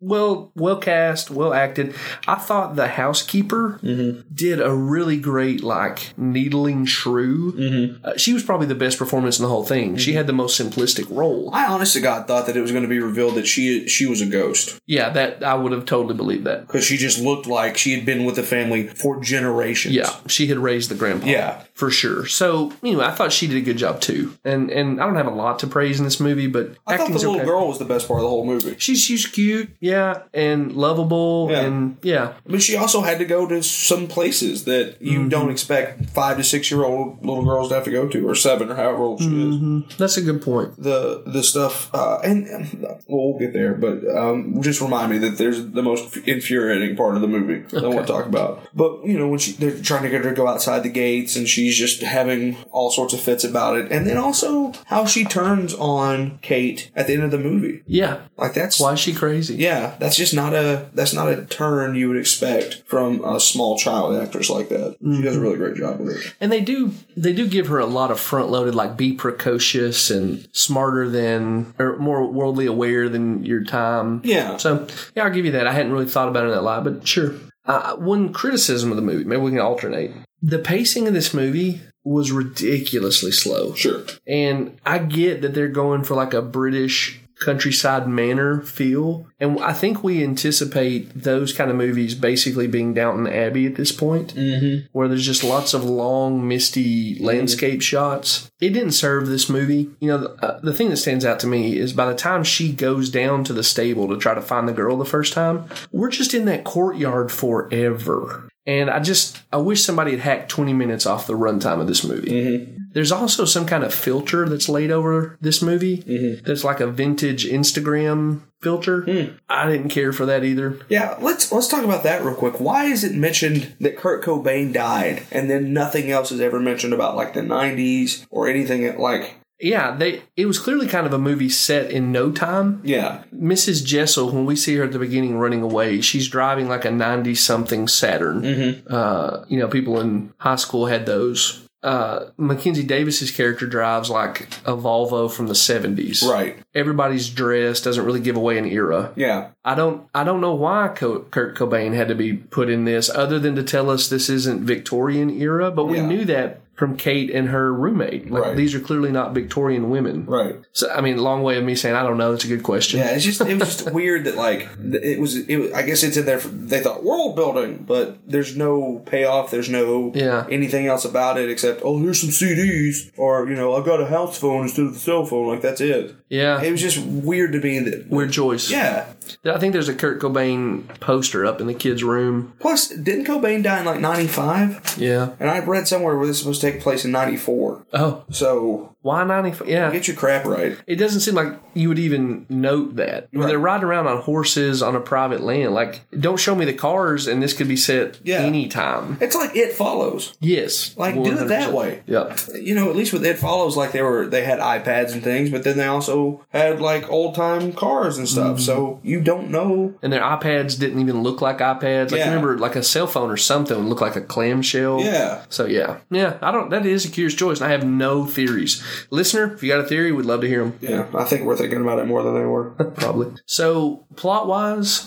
well, well cast, well acted. I thought the housekeeper
Mm-hmm.
did a really great, like needling shrew.
Mm-hmm.
Uh, she was probably the best performance in the whole thing. She had the most simplistic role.
I honest to God thought that it was going to be revealed that she she was a ghost
Yeah, that I would have totally believed that.
because she just looked like she had been with the family for generations.
Yeah, she had raised the grandpa.
Yeah.
for sure. So anyway, I thought she did a good job too. And and I don't have a lot to praise in this movie, but
I thought the
acting's
little
okay.
girl was the best part of the whole movie.
She's she's cute, yeah, and lovable,
Yeah.
and yeah,
But she also had to go to some places that you
Mm-hmm.
don't expect five to six year old little girls to have to go to, or seven, or however old she
Mm-hmm.
is.
that's a good point.
The the stuff, uh, and um, we'll get there. But um, just remind me that there's the most infuriating part of the movie that I want to talk about. But you know when she they're trying to get her to go outside the gates, and she's just having all sorts of fits about it, and then also how she turns on Kate at the end of the movie.
Yeah,
Like that's
why is she crazy?
yeah, that's just not a that's not a turn you would expect from a small child actress like that. She does a really great job with it.
and they do they do give her a lot of front loaded like be precocious and smarter than or more worldly aware than your time
Yeah.
so yeah i'll give you that i hadn't really thought about it in that light but sure uh, one criticism of the movie maybe we can alternate the pacing of this movie was ridiculously slow
Sure.
and I get that they're going for like a British countryside manor feel. And I think we anticipate those kind of movies basically being Downton Abbey at this point, mm-hmm. where there's just lots of long, misty landscape shots. It didn't serve this movie. You know, the, uh, the thing that stands out to me is by the time she goes down to the stable to try to find the girl the first time, we're just in that courtyard forever. And I just I wish somebody had hacked 20 minutes off the runtime of this movie. There's also some kind of filter that's laid over this movie that's like a vintage Instagram filter. I didn't care for that either.
Yeah, let's let's talk about that real quick. Why is it mentioned that Kurt Cobain died, and then nothing else is ever mentioned about like the '90s or anything like?
Yeah, they it was clearly kind of a movie set in no time.
Yeah,
Mrs. Jessel, when we see her at the beginning running away, she's driving like a 90 something Saturn. Uh, you know, people in high school had those. Uh, Mackenzie Davis's character drives like a Volvo from the 70s.
right.
Everybody's dress doesn't really give away an era.
Yeah,
I don't I don't know why Co- Kurt Cobain had to be put in this other than to tell us this isn't Victorian era, but we
Yeah.
knew that from Kate and her roommate. Like
Right.
these are clearly not Victorian women.
right.
So I mean, long way of me saying I don't know, that's a good question.
Yeah, it's just it was just *laughs* weird that like th- it was. It was, I guess it's in there. For, they thought world building, but there's no payoff. There's no
Yeah.
anything else about it except oh, here's some CDs, or you know, I got a house phone instead of a cell phone. Like that's it.
Yeah.
It was just weird to me that
Weird choice.
yeah.
I think there's a Kurt Cobain poster up in the kid's room.
Plus, didn't Cobain die in like '95?
Yeah.
And I read somewhere where this was supposed to take place in '94.
Oh,
So
why 95? Yeah.
get your crap right.
It doesn't seem like you would even note that. When
Right.
they're riding around on horses on a private land, like, don't show me the cars, and this could be set
Yeah.
anytime.
It's like it follows.
Yes.
Like, do it that
100%.
way.
Yep.
you know, at least with It Follows, like they were they had iPads and things, but then they also had like old time cars and stuff. So you don't know.
And their iPads didn't even look like iPads. Like,
Yeah.
remember, like a cell phone or something would look like a clamshell.
Yeah.
So yeah, yeah, I don't. That is a curious choice, and I have no theories. Listener, if you got a theory, we'd love to hear them.
Yeah, I think we're thinking about it more than they were.
*laughs* probably. So plot wise,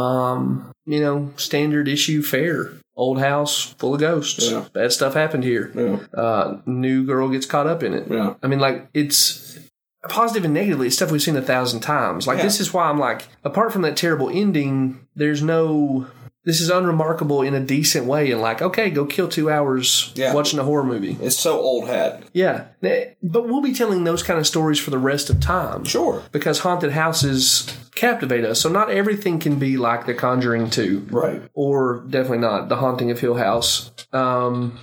um, you know, standard issue fare. Old house full of ghosts.
Yeah.
Bad stuff happened here.
*laughs* Yeah.
Uh, new girl gets caught up in it.
Yeah.
I mean, like it's positive and negatively. It's stuff we've seen a thousand times. Like
Yeah.
this is why I'm like, apart from that terrible ending, there's no. This is unremarkable in a decent way, and like, okay, go kill two hours
Yeah.
watching a horror movie.
It's so old hat.
Yeah, but we'll be telling those kind of stories for the rest of time
Sure.
because haunted houses captivate us. So not everything can be like The Conjuring 2,
Right.
or definitely not The Haunting of Hill House. Um,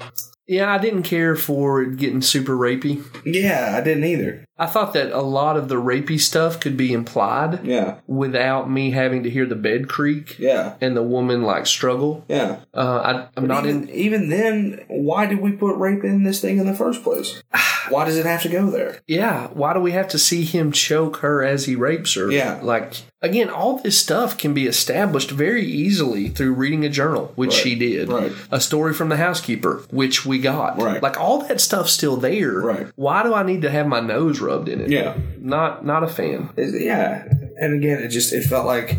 yeah, I didn't care for it getting super rapey.
Yeah, I didn't either.
I thought that a lot of the rapey stuff could be implied
Yeah.
without me having to hear the bed creak
Yeah.
and the woman like struggle.
Yeah.
Uh, I, I'm not
even,
in.
even then, why did we put rape in this thing in the first place? *sighs* Why does it have to go there?
Yeah, why do we have to see him choke her as he rapes her?
Yeah.
Like, again, all this stuff can be established very easily through reading a journal, which she did.
right.
A story from the housekeeper, which we got.
Right.
Like, all that stuff's still there.
Right.
Why do I need to have my nose rubbed in it?
Yeah.
Not, not a fan.
Is- yeah and again it just it felt like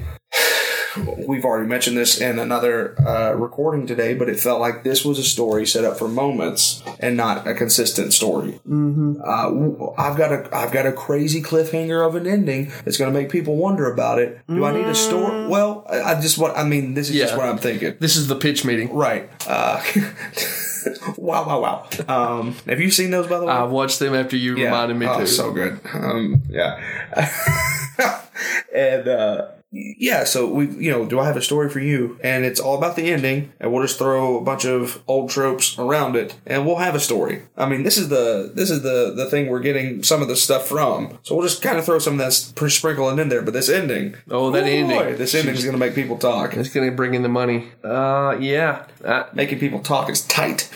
*sighs* we've already mentioned this in another uh, recording today but it felt like this was a story set up for moments and not a consistent story
Mm-hmm.
uh, w- i've got a i've got a crazy cliffhanger of an ending that's going to make people wonder about it do i need a story well i, I just what i mean this is just
Mm. Yeah.
what i'm thinking
This is the pitch meeting.
right uh, *laughs* wow wow wow um, have you seen those by the way
I watched them after you reminded me
oh,
to.
So good. Um, yeah. *laughs* and uh, yeah, so we, you know, do I have a story for you? And it's all about the ending, and we'll just throw a bunch of old tropes around it, and we'll have a story. I mean, this is the this is the the thing we're getting some of the stuff from. So we'll just kind of throw some of that sp- sprinkling in there. But this ending,
Oh, that ending.
this ending is going to make people talk.
it's going to bring in the money. Uh, yeah. I,
Making people talk is tight.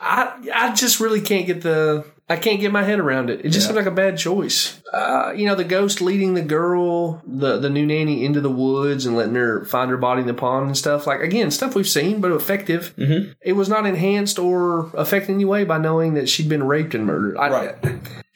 I I just really can't get the I can't get my head around it. It just seemed like a bad choice. Uh, you know, the ghost leading the girl, the the new nanny into the woods and letting her find her body in the pond and stuff. Like again, stuff we've seen, but effective. Mm-hmm. It was not enhanced or affected in any way by knowing that she'd been raped and murdered. I,
Right.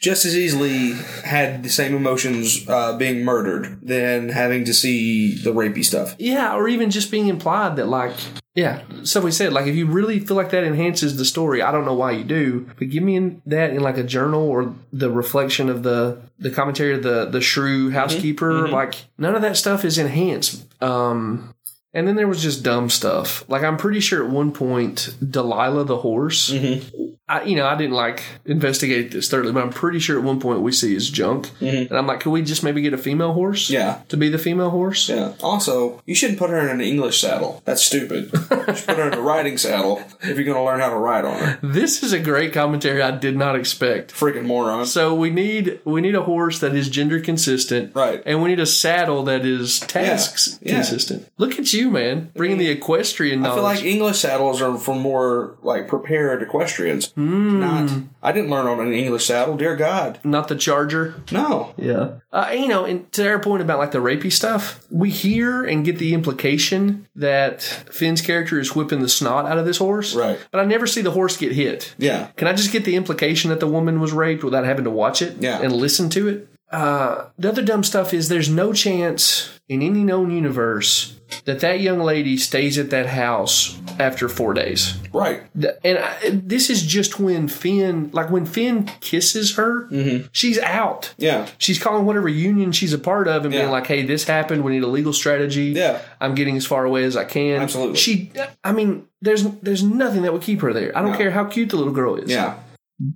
Just as easily had the same emotions uh, being murdered than having to see the rapey stuff.
Yeah, or even just being implied that like. Yeah, so we said, like, if you really feel like that enhances the story, I don't know why you do, but give me in that in like a journal or the reflection of the the commentary of the the shrew housekeeper. Like, none of that stuff is enhanced. Um, And then there was just dumb stuff. Like I'm pretty sure at one point Delilah the horse. I, you know, I didn't like investigate this thoroughly, but I'm pretty sure at one point we see his junk, and I'm like, can we just maybe get a female horse?
Yeah.
to be the female horse.
Yeah. Also, you shouldn't put her in an English saddle. That's stupid. you should put her in a riding saddle if you're going to learn how to ride on her.
This is a great commentary I did not expect.
Freaking moron.
So we need we need a horse that is gender consistent,
Right.
And we need a saddle that is tasks
Yeah.
consistent. Look at you, man, bringing the equestrian
I feel
knowledge.
like English saddles are for more like prepared equestrians. Not. I didn't learn on an English saddle. Dear God,
not the charger.
no.
Yeah. Uh, you know, and to their point about like the rapey stuff, we hear and get the implication that Finn's character is whipping the snot out of this horse.
Right.
But I never see the horse get hit.
Yeah.
Can I just get the implication that the woman was raped without having to watch it
Yeah.
and listen to it? Uh, the other dumb stuff is there's no chance in any known universe that that young lady stays at that house after four days.
Right.
Th- And I, this is just when Finn, like when Finn kisses her,
Mm-hmm.
she's out.
Yeah.
She's calling whatever union she's a part of and
Yeah.
being like, "Hey, this happened. We need a legal strategy.
Yeah.
I'm getting as far away as I can."
Absolutely.
She, I mean, there's there's nothing that would keep her there. I don't
No.
care how cute the little girl is.
Yeah.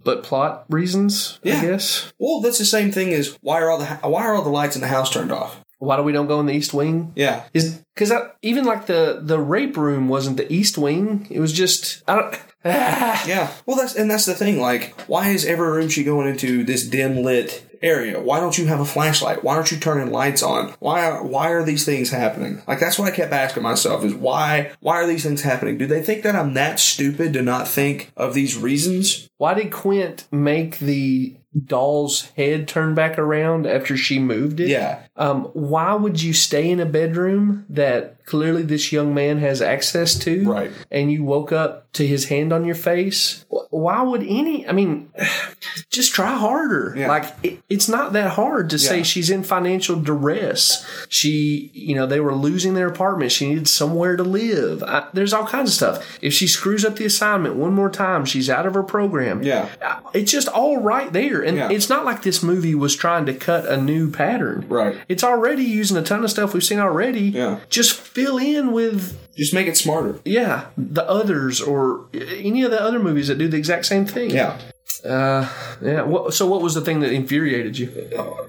But plot reasons,
Yeah.
I guess.
Well, that's the same thing as why are all the why are all the lights in the house turned off?
Why do we don't go in the East Wing?
Yeah.
Is because even like the the rape room wasn't the East Wing. It was just I don't. *sighs* Ah.
Yeah. Well, that's and that's the thing. Like, why is every room she going into this dim lit area? Why don't you have a flashlight? Why aren't you turning lights on? Why are why are these things happening? Like, that's what I kept asking myself: is why why are these things happening? Do they think that I'm that stupid to not think of these reasons?
Why did Quint make the doll's head turn back around after she moved it?
Yeah.
Um, why would you stay in a bedroom that clearly this young man has access to?
Right.
And you woke up to his hand on your face? Wh- Why would any? I mean, *sighs* just try harder.
Yeah.
Like, it, it's not that hard to
Yeah.
say she's in financial duress. She, you know, they were losing their apartment. She needed somewhere to live. I, there's all kinds of stuff. If she screws up the assignment one more time, she's out of her program.
Yeah.
Uh, It's just all right there. And
Yeah.
it's not like this movie was trying to cut a new pattern.
Right.
It's already using a ton of stuff we've seen already.
Yeah.
Just fill in with
Just make it smarter.
yeah the others or any of the other movies that do the exact same thing.
Yeah.
Uh, yeah. What, so what was the thing that infuriated you?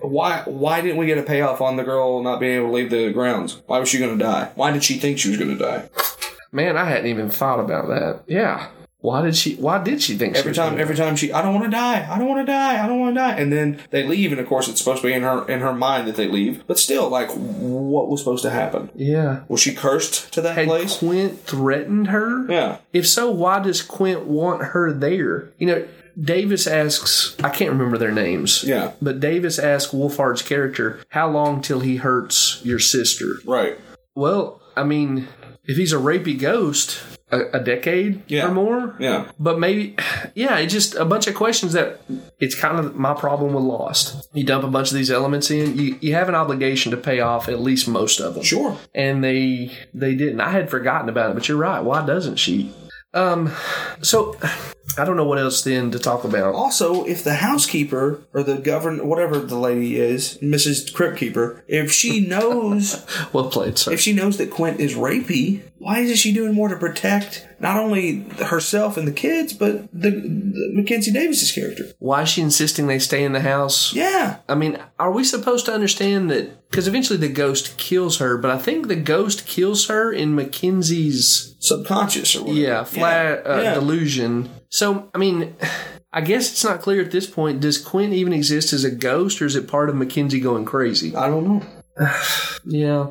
Why why didn't we get a payoff on the girl not being able to leave the grounds? Why was she going to die? Why did she think she was going to die?
Man, I hadn't even thought about that. Yeah. Why did she? Why did she think she
Every
was
time,
gonna-
every time she, I don't want to die, I don't want to die, I don't want to die, and then they leave, and of course it's supposed to be in her in her mind that they leave, but still, like, what was supposed to happen?
Yeah.
Was she cursed to that
Had
place?
Quint threatened her?
Yeah,
If so, why does Quint want her there? You know, Davis asks, I can't remember their names.
Yeah.
But Davis asks Wolfhard's character, how long till he hurts your sister?
right.
Well, I mean, if he's a rapey ghost, a, a decade
Yeah.
or more?
Yeah,
But maybe, *sighs* yeah, it's just a bunch of questions that it's kind of my problem with Lost. You dump a bunch of these elements in, you, you have an obligation to pay off at least most of them
sure.
and they they didn't. I had forgotten about it, but you're right. Why doesn't she? Um, so *sighs* I don't know what else then to talk about.
Also, if the housekeeper or the govern, whatever the lady is, Mrs. Cryptkeeper, if she knows,
Well played, sir.
Oh. if she knows that Quint is rapey, why isn't she doing more to protect not only herself and the kids, but the, the Mackenzie Davis's character?
Why is she insisting they stay in the house?
Yeah,
I mean, are we supposed to understand that? Because eventually the ghost kills her, but I think the ghost kills her in Mackenzie's
subconscious or whatever.
yeah flat Uh,
Yeah.
delusion. So I mean. I guess it's not clear at this point. Does Quint even exist as a ghost, or is it part of Mackenzie going crazy?
I don't know.
Yeah.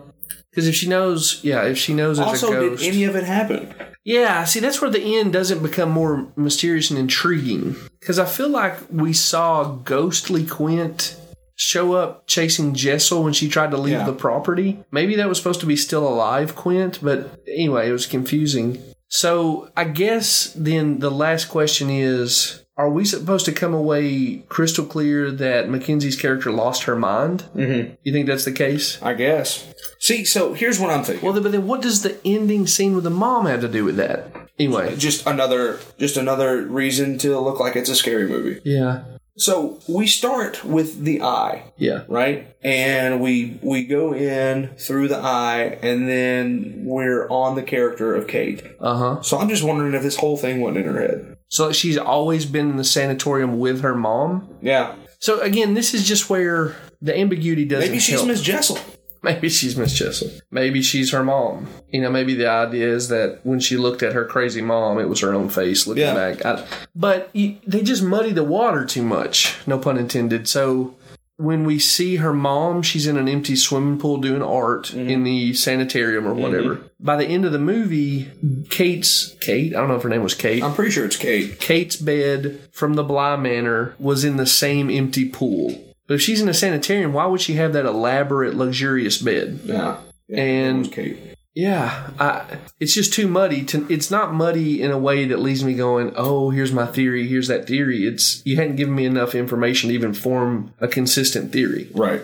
Because if she knows, yeah, if she knows it's a
Also,
ghost.
did any of it happen?
yeah, see, that's where the end doesn't become more mysterious and intriguing. Because I feel like we saw ghostly Quint show up chasing Jessel when she tried to leave
Yeah.
the property. Maybe that was supposed to be still alive Quint, but anyway, it was confusing. So I guess then the last question is. Are we supposed to come away crystal clear that Mackenzie's character lost her mind? Mm-hmm. You think that's the case?
I guess. See, so here's what I'm thinking.
Well, then- but then what does the ending scene with the mom have to do with that? Anyway,
just another, just another reason to look like it's a scary movie.
yeah.
So we start with the eye,
Yeah.
right? And we we go in through the eye, and then we're on the character of Kate.
Uh huh.
So I'm just wondering if this whole thing went in her head.
So she's always been in the sanatorium with her mom.
Yeah,
So again, this is just where the ambiguity doesn't.
maybe she's
help.
Miss Jessel.
*laughs* Maybe she's Miss Chisel. Maybe she's her mom. You know, maybe the idea is that when she looked at her crazy mom, it was her own face looking
Yeah.
back. I, but you, they just muddy the water too much. No pun intended. So when we see her mom, she's in an empty swimming pool doing art
Mm-hmm.
in the sanitarium or whatever. By the end of the movie, Kate's Kate. I don't know if her name was Kate.
I'm pretty sure it's Kate.
Kate's bed from the Bly Manor was in the same empty pool. But if she's in a sanitarium, why would she have that elaborate, luxurious bed?
Yeah, yeah
And-
it was Kate.
Yeah, I, it's just too muddy. To, it's not muddy in a way that leaves me going, "Oh, here's my theory. Here's that theory." It's you hadn't given me enough information to even form a consistent theory.
Right.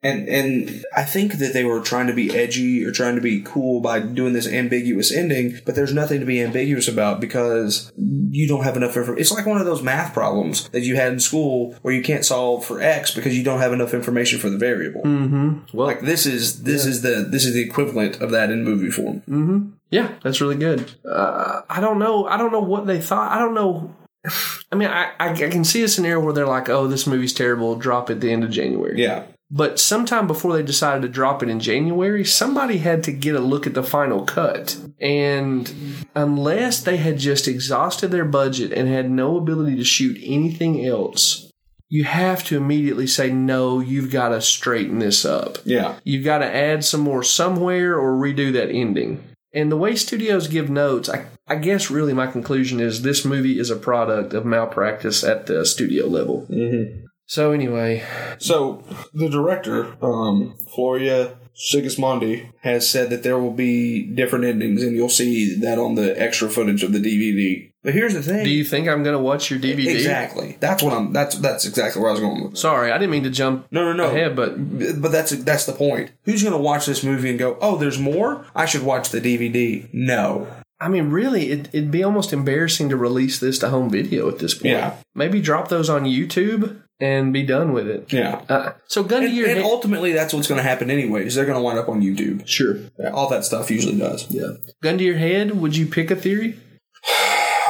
And and I think that they were trying to be edgy or trying to be cool by doing this ambiguous ending, but there's nothing to be ambiguous about because you don't have enough information. It's like one of those math problems that you had in school where you can't solve for x because you don't have enough information for the variable.
Mm-hmm. Well,
Like this is this is the this is the equivalent of that in movie form.
yeah, that's really good. Uh, I don't know. I don't know what they thought. I don't know. *sighs* I mean, I, I, I can see a scenario where they're like, "Oh, this movie's terrible. Drop at the end of January."
Yeah.
But sometime before they decided to drop it in January, somebody had to get a look at the final cut. And unless they had just exhausted their budget and had no ability to shoot anything else, you have to immediately say, no, you've got to straighten this up.
Yeah.
You've got to add some more somewhere or redo that ending. And the way studios give notes, I, I guess really my conclusion is this movie is a product of malpractice at the studio level. Mm-hmm. So, anyway,
So the director, um, Floria Sigismondi, has said that there will be different endings, and you'll see that on the extra footage of the DVD. But here's the thing.
Do you think I'm going to watch your DVD?
Exactly. That's what I'm. That's that's exactly where I was going with. this.
Sorry, I didn't mean to jump
No, no, no.
ahead, but
But that's that's the point. Who's going to watch this movie and go, "Oh, there's more. I should watch the DVD." No.
I mean, really, it, it'd be almost embarrassing to release this to home video at this point.
Yeah.
Maybe drop those on YouTube and be done with it.
Yeah.
Uh, so, gun
And,
to your
and
head.
ultimately, that's what's going to happen anyways. They're going to wind up on YouTube.
sure.
All that stuff usually does. Yeah.
Gun to your head. Would you pick a theory?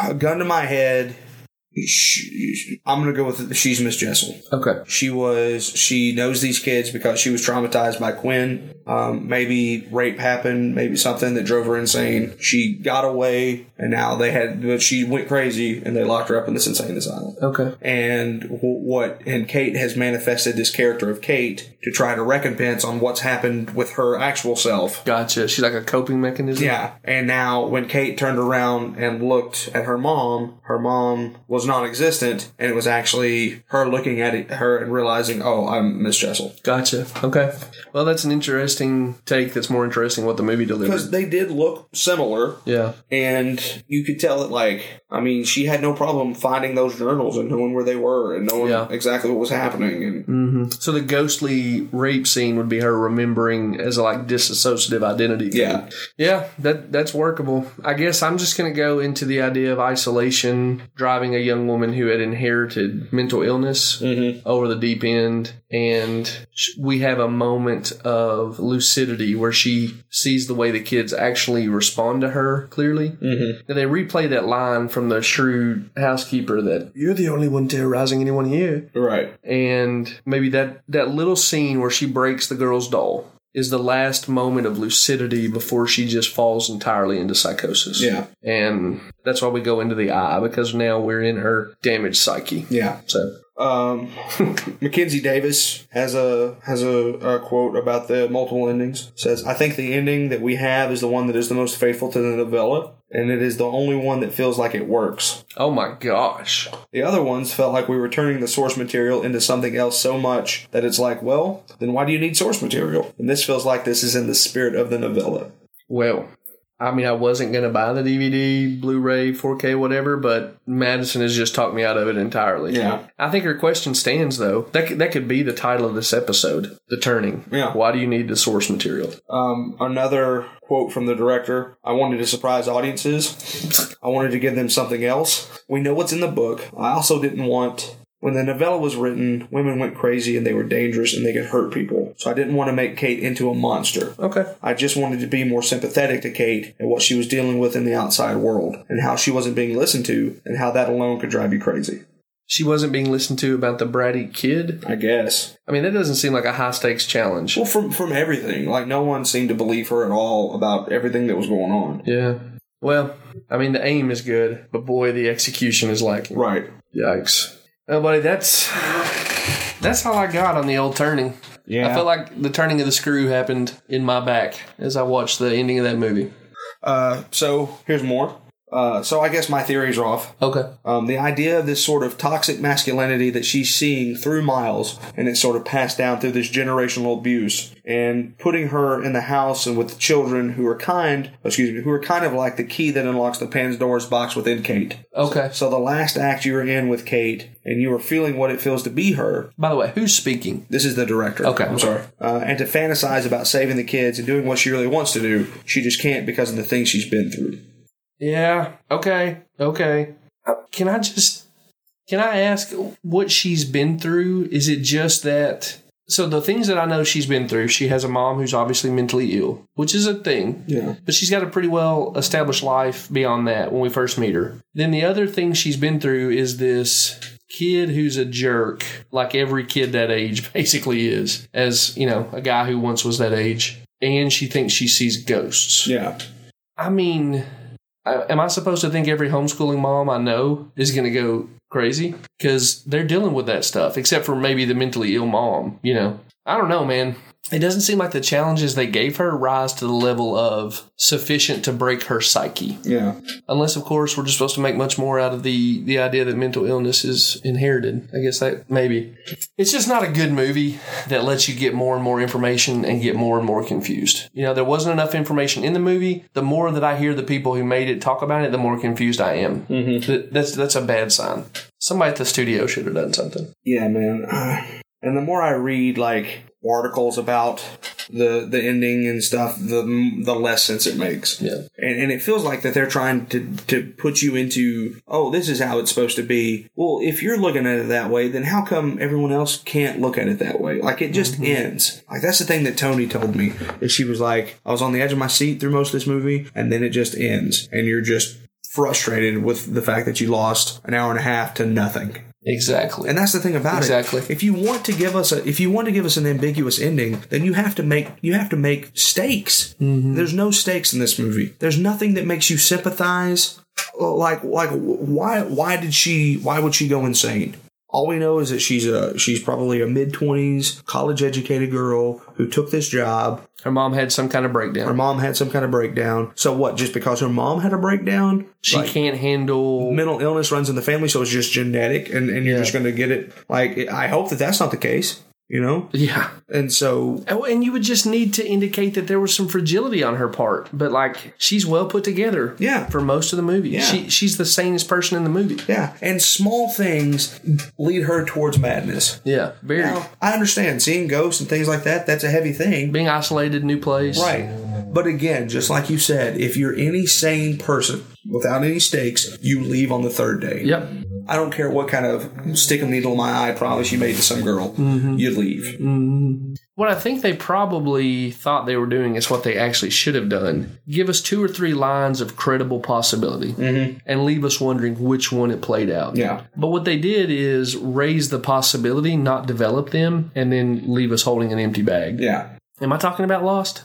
A gun to my head. sh I'm going to go with she's Miss Jessel.
Okay.
She was. She knows these kids because she was traumatized by Quinn. Um, maybe rape happened. Maybe something that drove her insane. She got away, and now they had. But she went crazy, and they locked her up in this insane asylum.
Okay.
And wh- what? And Kate has manifested this character of Kate to try to recompense on what's happened with her actual self.
Gotcha. She's like a coping mechanism.
Yeah. And now when Kate turned around and looked at her mom, her mom was non existent and it was actually her looking at it, her and realizing, oh, I'm Miss Jessel.
Gotcha. Okay. Well, that's an interesting take. That's more interesting what the movie
Because
delivered.
they did look similar
Yeah.
and you could tell that like I mean, she had no problem finding those journals and knowing where they were and knowing
Yeah.
exactly what was happening and
So the ghostly rape scene would be her remembering as a like disassociative identity. thing.
Yeah.
yeah, that that's workable. I guess I'm just gonna go into the idea of isolation, driving a young woman who had inherited mental illness over the deep end, and sh- we have a moment of lucidity where she sees the way the kids actually respond to her clearly. Mm-hmm. And they replay that line from the shrewd housekeeper that you're the only one terrorizing anyone here
Right.
and maybe that that little scene where she breaks the girl's doll is the last moment of lucidity before she just falls entirely into psychosis.
Yeah.
And that's why we go into the eye because now we're in her damaged psyche.
Yeah.
So
Um Mackenzie Davis has a has a, a quote about the multiple endings. Says, "I think the ending that we have is the one that is the most faithful to the novella, and it is the only one that feels like it works.
oh my gosh.
The other ones felt like we were turning the source material into something else so much that it's like, well, then why do you need source material? And this feels like this is in the spirit of the novella.
Well, I mean I wasn't gonna buy the DVD, Blu-ray, 4K, whatever, but Madison has just talked me out of it entirely.
Yeah.
I think her question stands though. That could, that could be the title of this episode, The Turning.
Yeah.
Why do you need the source material?
Um, another quote from the director I wanted to surprise audiences. I wanted to give them something else. We know what's in the book. I also didn't want When the novella was written, women went crazy and they were dangerous and they could hurt people. So I didn't want to make Kate into a monster.
Okay.
I just wanted to be more sympathetic to Kate and what she was dealing with in the outside world and how she wasn't being listened to and how that alone could drive you crazy.
She wasn't being listened to about the bratty kid.
I guess.
I mean, that doesn't seem like a high stakes challenge.
Well, from from everything, like no one seemed to believe her at all about everything that was going on.
Yeah. Well, I mean, the aim is good, but boy, the execution is lacking.
Right.
Yikes. Oh, buddy, that's that's all I got on the old turning.
Yeah.
I felt like the turning of the screw happened in my back as I watched the ending of that movie.
Uh, so here's more. Uh, so I guess my theories are off.
Okay.
Um, the idea of this sort of toxic masculinity that she's seeing through Miles, and it's sort of passed down through this generational abuse, and putting her in the house and with the children who are kind, excuse me, who are kind of like the key that unlocks the Pandora's box within Kate.
Okay.
So the last act you were in with Kate, and you were feeling what it feels to be her.
By the way, who's speaking?
This is the director.
Okay.
I'm sorry. Uh, and to fantasize about saving the kids and doing what she really wants to do, she just can't because of the things she's been through.
Yeah. Okay. Okay. Uh, Can I just can I ask what she's been through? Is it just that? So the things that I know she's been through, she has a mom who's obviously mentally ill, which is a thing.
Yeah.
But she's got a pretty well established life beyond that when we first meet her. Then the other thing she's been through is this kid who's a jerk, like every kid that age *laughs* basically is, as, you know, a guy who once was that age. And she thinks she sees ghosts.
Yeah.
I mean, I, am I supposed to think every homeschooling mom I know is going to go crazy? Because they're dealing with that stuff, except for maybe the mentally ill mom, you know? I don't know, man. It doesn't seem like the challenges they gave her rise to the level of sufficient to break her psyche.
Yeah.
Unless, of course, we're just supposed to make much more out of the, the idea that mental illness is inherited. I guess that maybe. It's just not a good movie that lets you get more and more information and get more and more confused. You know, there wasn't enough information in the movie. The more that I hear the people who made it talk about it, the more confused I am. Mm-hmm. that's, that's a bad sign. Somebody at the studio should have done something.
Yeah, man. *sighs* And the more I read like articles about the the ending and stuff, the the less sense it makes.
Yeah.
And, and it feels like that they're trying to, to put you into, oh, this is how it's supposed to be. Well, if you're looking at it that way, then how come everyone else can't look at it that way? Like, it just ends. Like, that's the thing that Tony told me. Is she was like, I was on the edge of my seat through most of this movie, and then it just ends. And you're just frustrated with the fact that you lost an hour and a half to nothing.
Exactly.
And that's the thing about it.
Exactly.
If you want to give us a, if you want to give us an ambiguous ending, then you have to make you have to make stakes. There's no stakes in this movie. There's nothing that makes you sympathize. Like like why why did she why would she go insane? All we know is that she's a she's probably a mid twenties college educated girl who took this job.
her mom had some kind of
Her
breakdown.
mom had some kind of breakdown. So what? Just because her mom had a breakdown,
She
Like-
can't handle.
mental illness runs in the family, so it's just genetic, and, and you're
Yeah.
just going to get it. Like, I hope that that's not the case, you know?
yeah.
And so,
Oh, and you would just need to indicate that there was some fragility on her part, but like she's well put together.
Yeah.
For most of the movie,
Yeah.
she she's the sanest person in the movie.
yeah. And small things lead her towards madness.
Yeah. Very
Now, I understand seeing ghosts and things like that, that's a heavy thing.
being isolated, new place.
Right. But again, just like you said, if you're any sane person without any stakes, you leave on the third day.
Yep.
I don't care what kind of stick a needle in my eye promise you made to some girl,
Mm-hmm.
you leave.
What I think they probably thought they were doing is what they actually should have done. Give us two or three lines of credible possibility and leave us wondering which one it played out.
Mm-hmm. Yeah.
But what they did is raise the possibility, not develop them, and then leave us holding an empty bag.
Yeah.
Am I talking about Lost?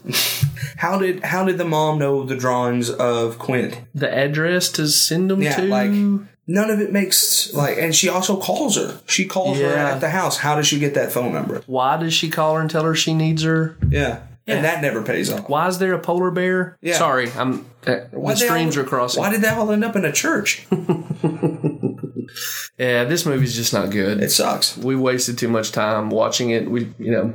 How did how did the mom know the drawings of Quint?
the address to send them
Yeah,
to.
like none of it makes like. And she also calls her. She calls her
Yeah.
at the house. How does she get that phone number?
Why does she call her and tell her she needs her?
Yeah, and that never pays off.
Why is there a polar bear?
Yeah.
Sorry, I'm. Uh, the
Why'd they
streams
all-
are crossing.
Why did that all end up in a church?
yeah, this movie's just not good.
It sucks.
we wasted too much time watching it. We, you know,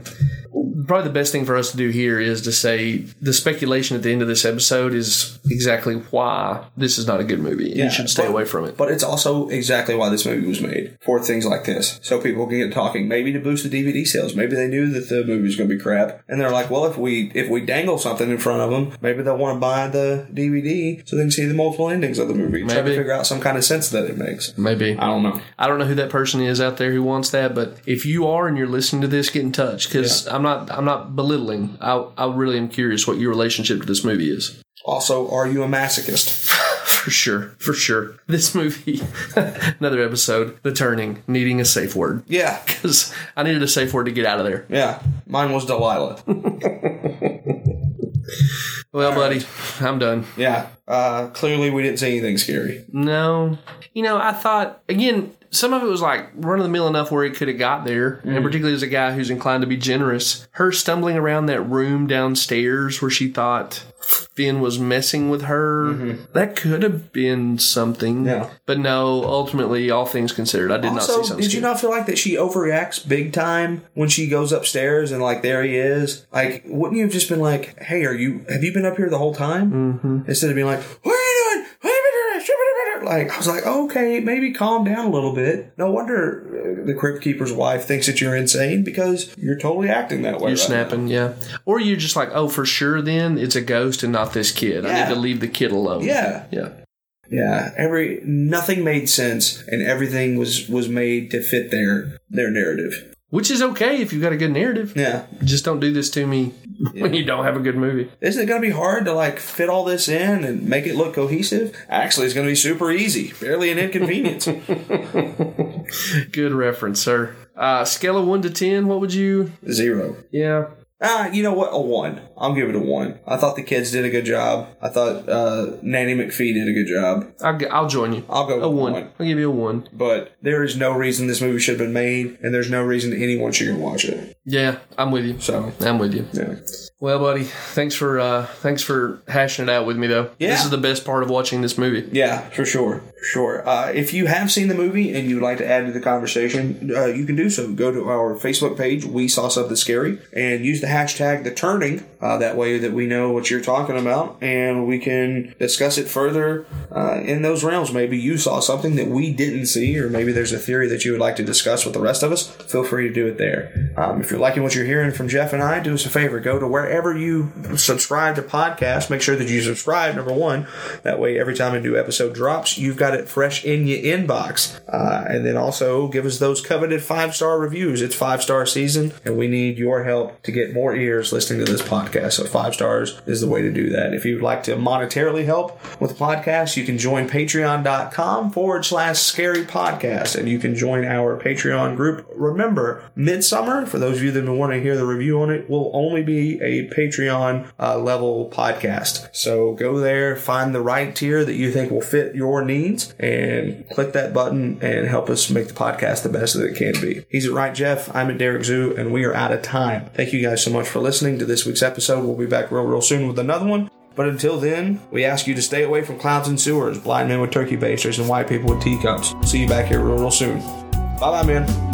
probably the best thing for us to do here is to say the speculation at the end of this episode is exactly why this is not a good movie.
Yeah,
you should stay
but-
away from it.
But it's also exactly why this movie was made for things like this, so people can get talking. Maybe to boost the DVD sales. Maybe they knew that the movie was going to be crap, and they're like, "Well, if we if we dangle something in front of them, maybe they'll want to buy the DVD so they can see the multiple endings of the movie. Try to
Maybe.
figure out some kind of sense that it makes."
Maybe
I don't know.
I don't know who that person is out there who wants that, but if you are and you're listening to this, get in touch because I'm not I'm not belittling. I I really am curious what your relationship to this movie is.
Also, are you a masochist?
For sure, for sure. This movie, *laughs* another episode, The Turning, needing a safe word
Yeah,
because I needed a safe word to get out of there.
yeah. Mine was Delilah.
Well, buddy, I'm done.
Yeah. Uh, clearly, we didn't see anything scary.
No. You know, I thought, again, some of it was like run of the mill enough where it could have got there. And particularly as a guy who's inclined to be generous, her stumbling around that room downstairs where she thought Finn was messing with her, that could have been something.
Yeah.
But no, ultimately, all things considered, I did
Also,
not see something.
did you not feel like that she overreacts big time when she goes upstairs and like there he is? Like, wouldn't you have just been like, "Hey, are you? Have you been up here the whole time?" Mm-hmm. Instead of being like, "What are you doing?" What are you doing?" Like, I was like, "Okay, maybe calm down a little bit." No wonder uh, the crypt keeper's wife thinks that you're insane because you're totally acting that way.
You're
right
snapping, yeah. Or you're just like, oh, for sure, then it's a ghost and not this kid. I
Yeah.
need to leave the kid alone.
now. Yeah,
Yeah.
yeah. Every nothing made sense, and everything was was made to fit their their narrative.
Which is okay if you've got a good narrative.
Yeah.
Just don't do this to me *laughs* when you don't have a good movie.
isn't it going to be hard to like fit all this in and make it look cohesive? Actually, it's going to be super easy, barely an
*laughs*
inconvenience.
Good reference, sir. Uh, scale of one to ten, what would you?
Zero.
Yeah,
Ah, you know what? A one. I'll give it a one. I thought the kids did a good job. I thought uh, Nanny McPhee did a good job.
I'll, g- I'll join you.
I'll go with
a one.
one.
I'll give you a one.
But there is no reason this movie should have been made, and there's no reason anyone should even watch it.
Yeah, I'm with you.
So,
I'm with you.
yeah.
Well, buddy, thanks for uh, thanks for hashing it out with me though.
Yeah.
This is the best part of watching this movie.
Yeah, for sure, for sure. Uh, if you have seen the movie and you'd like to add to the conversation, uh, you can do so. Go to our Facebook page, We Saw Something Scary, and use the hashtag The Turning. Uh, that way, that we know what you're talking about, and we can discuss it further uh, in those realms. Maybe you saw something that we didn't see, or maybe there's a theory that you would like to discuss with the rest of us. Feel free to do it there. Um, if you're liking what you're hearing from Jeff and I, do us a favor. Go to wherever you subscribe to podcasts. Make sure that you subscribe. Number one, that way every time a new episode drops, you've got it fresh in your inbox. Uh, and then also give us those coveted five star reviews. It's five star season, and we need your help to get more ears listening to this podcast. So five stars is the way to do that. If you'd like to monetarily help with the podcast, you can join patreon.com forward slash scary podcast and you can join our Patreon group. Remember, Midsummer, for those of you that want to hear the review on it, will only be a Patreon uh, level podcast. So go there, find the right tier that you think will fit your needs, and click that button and help us make the podcast the best that it can be. He's at Right Jeff. I'm at Derek Zoo, and we are out of time. Thank you guys so much for listening to this week's episode. We'll be back real, real soon with another one. But until then, we ask you to stay away from clowns and sewers, blind men with turkey basters, and white people with teacups. See you back here real, real soon. Bye bye, man.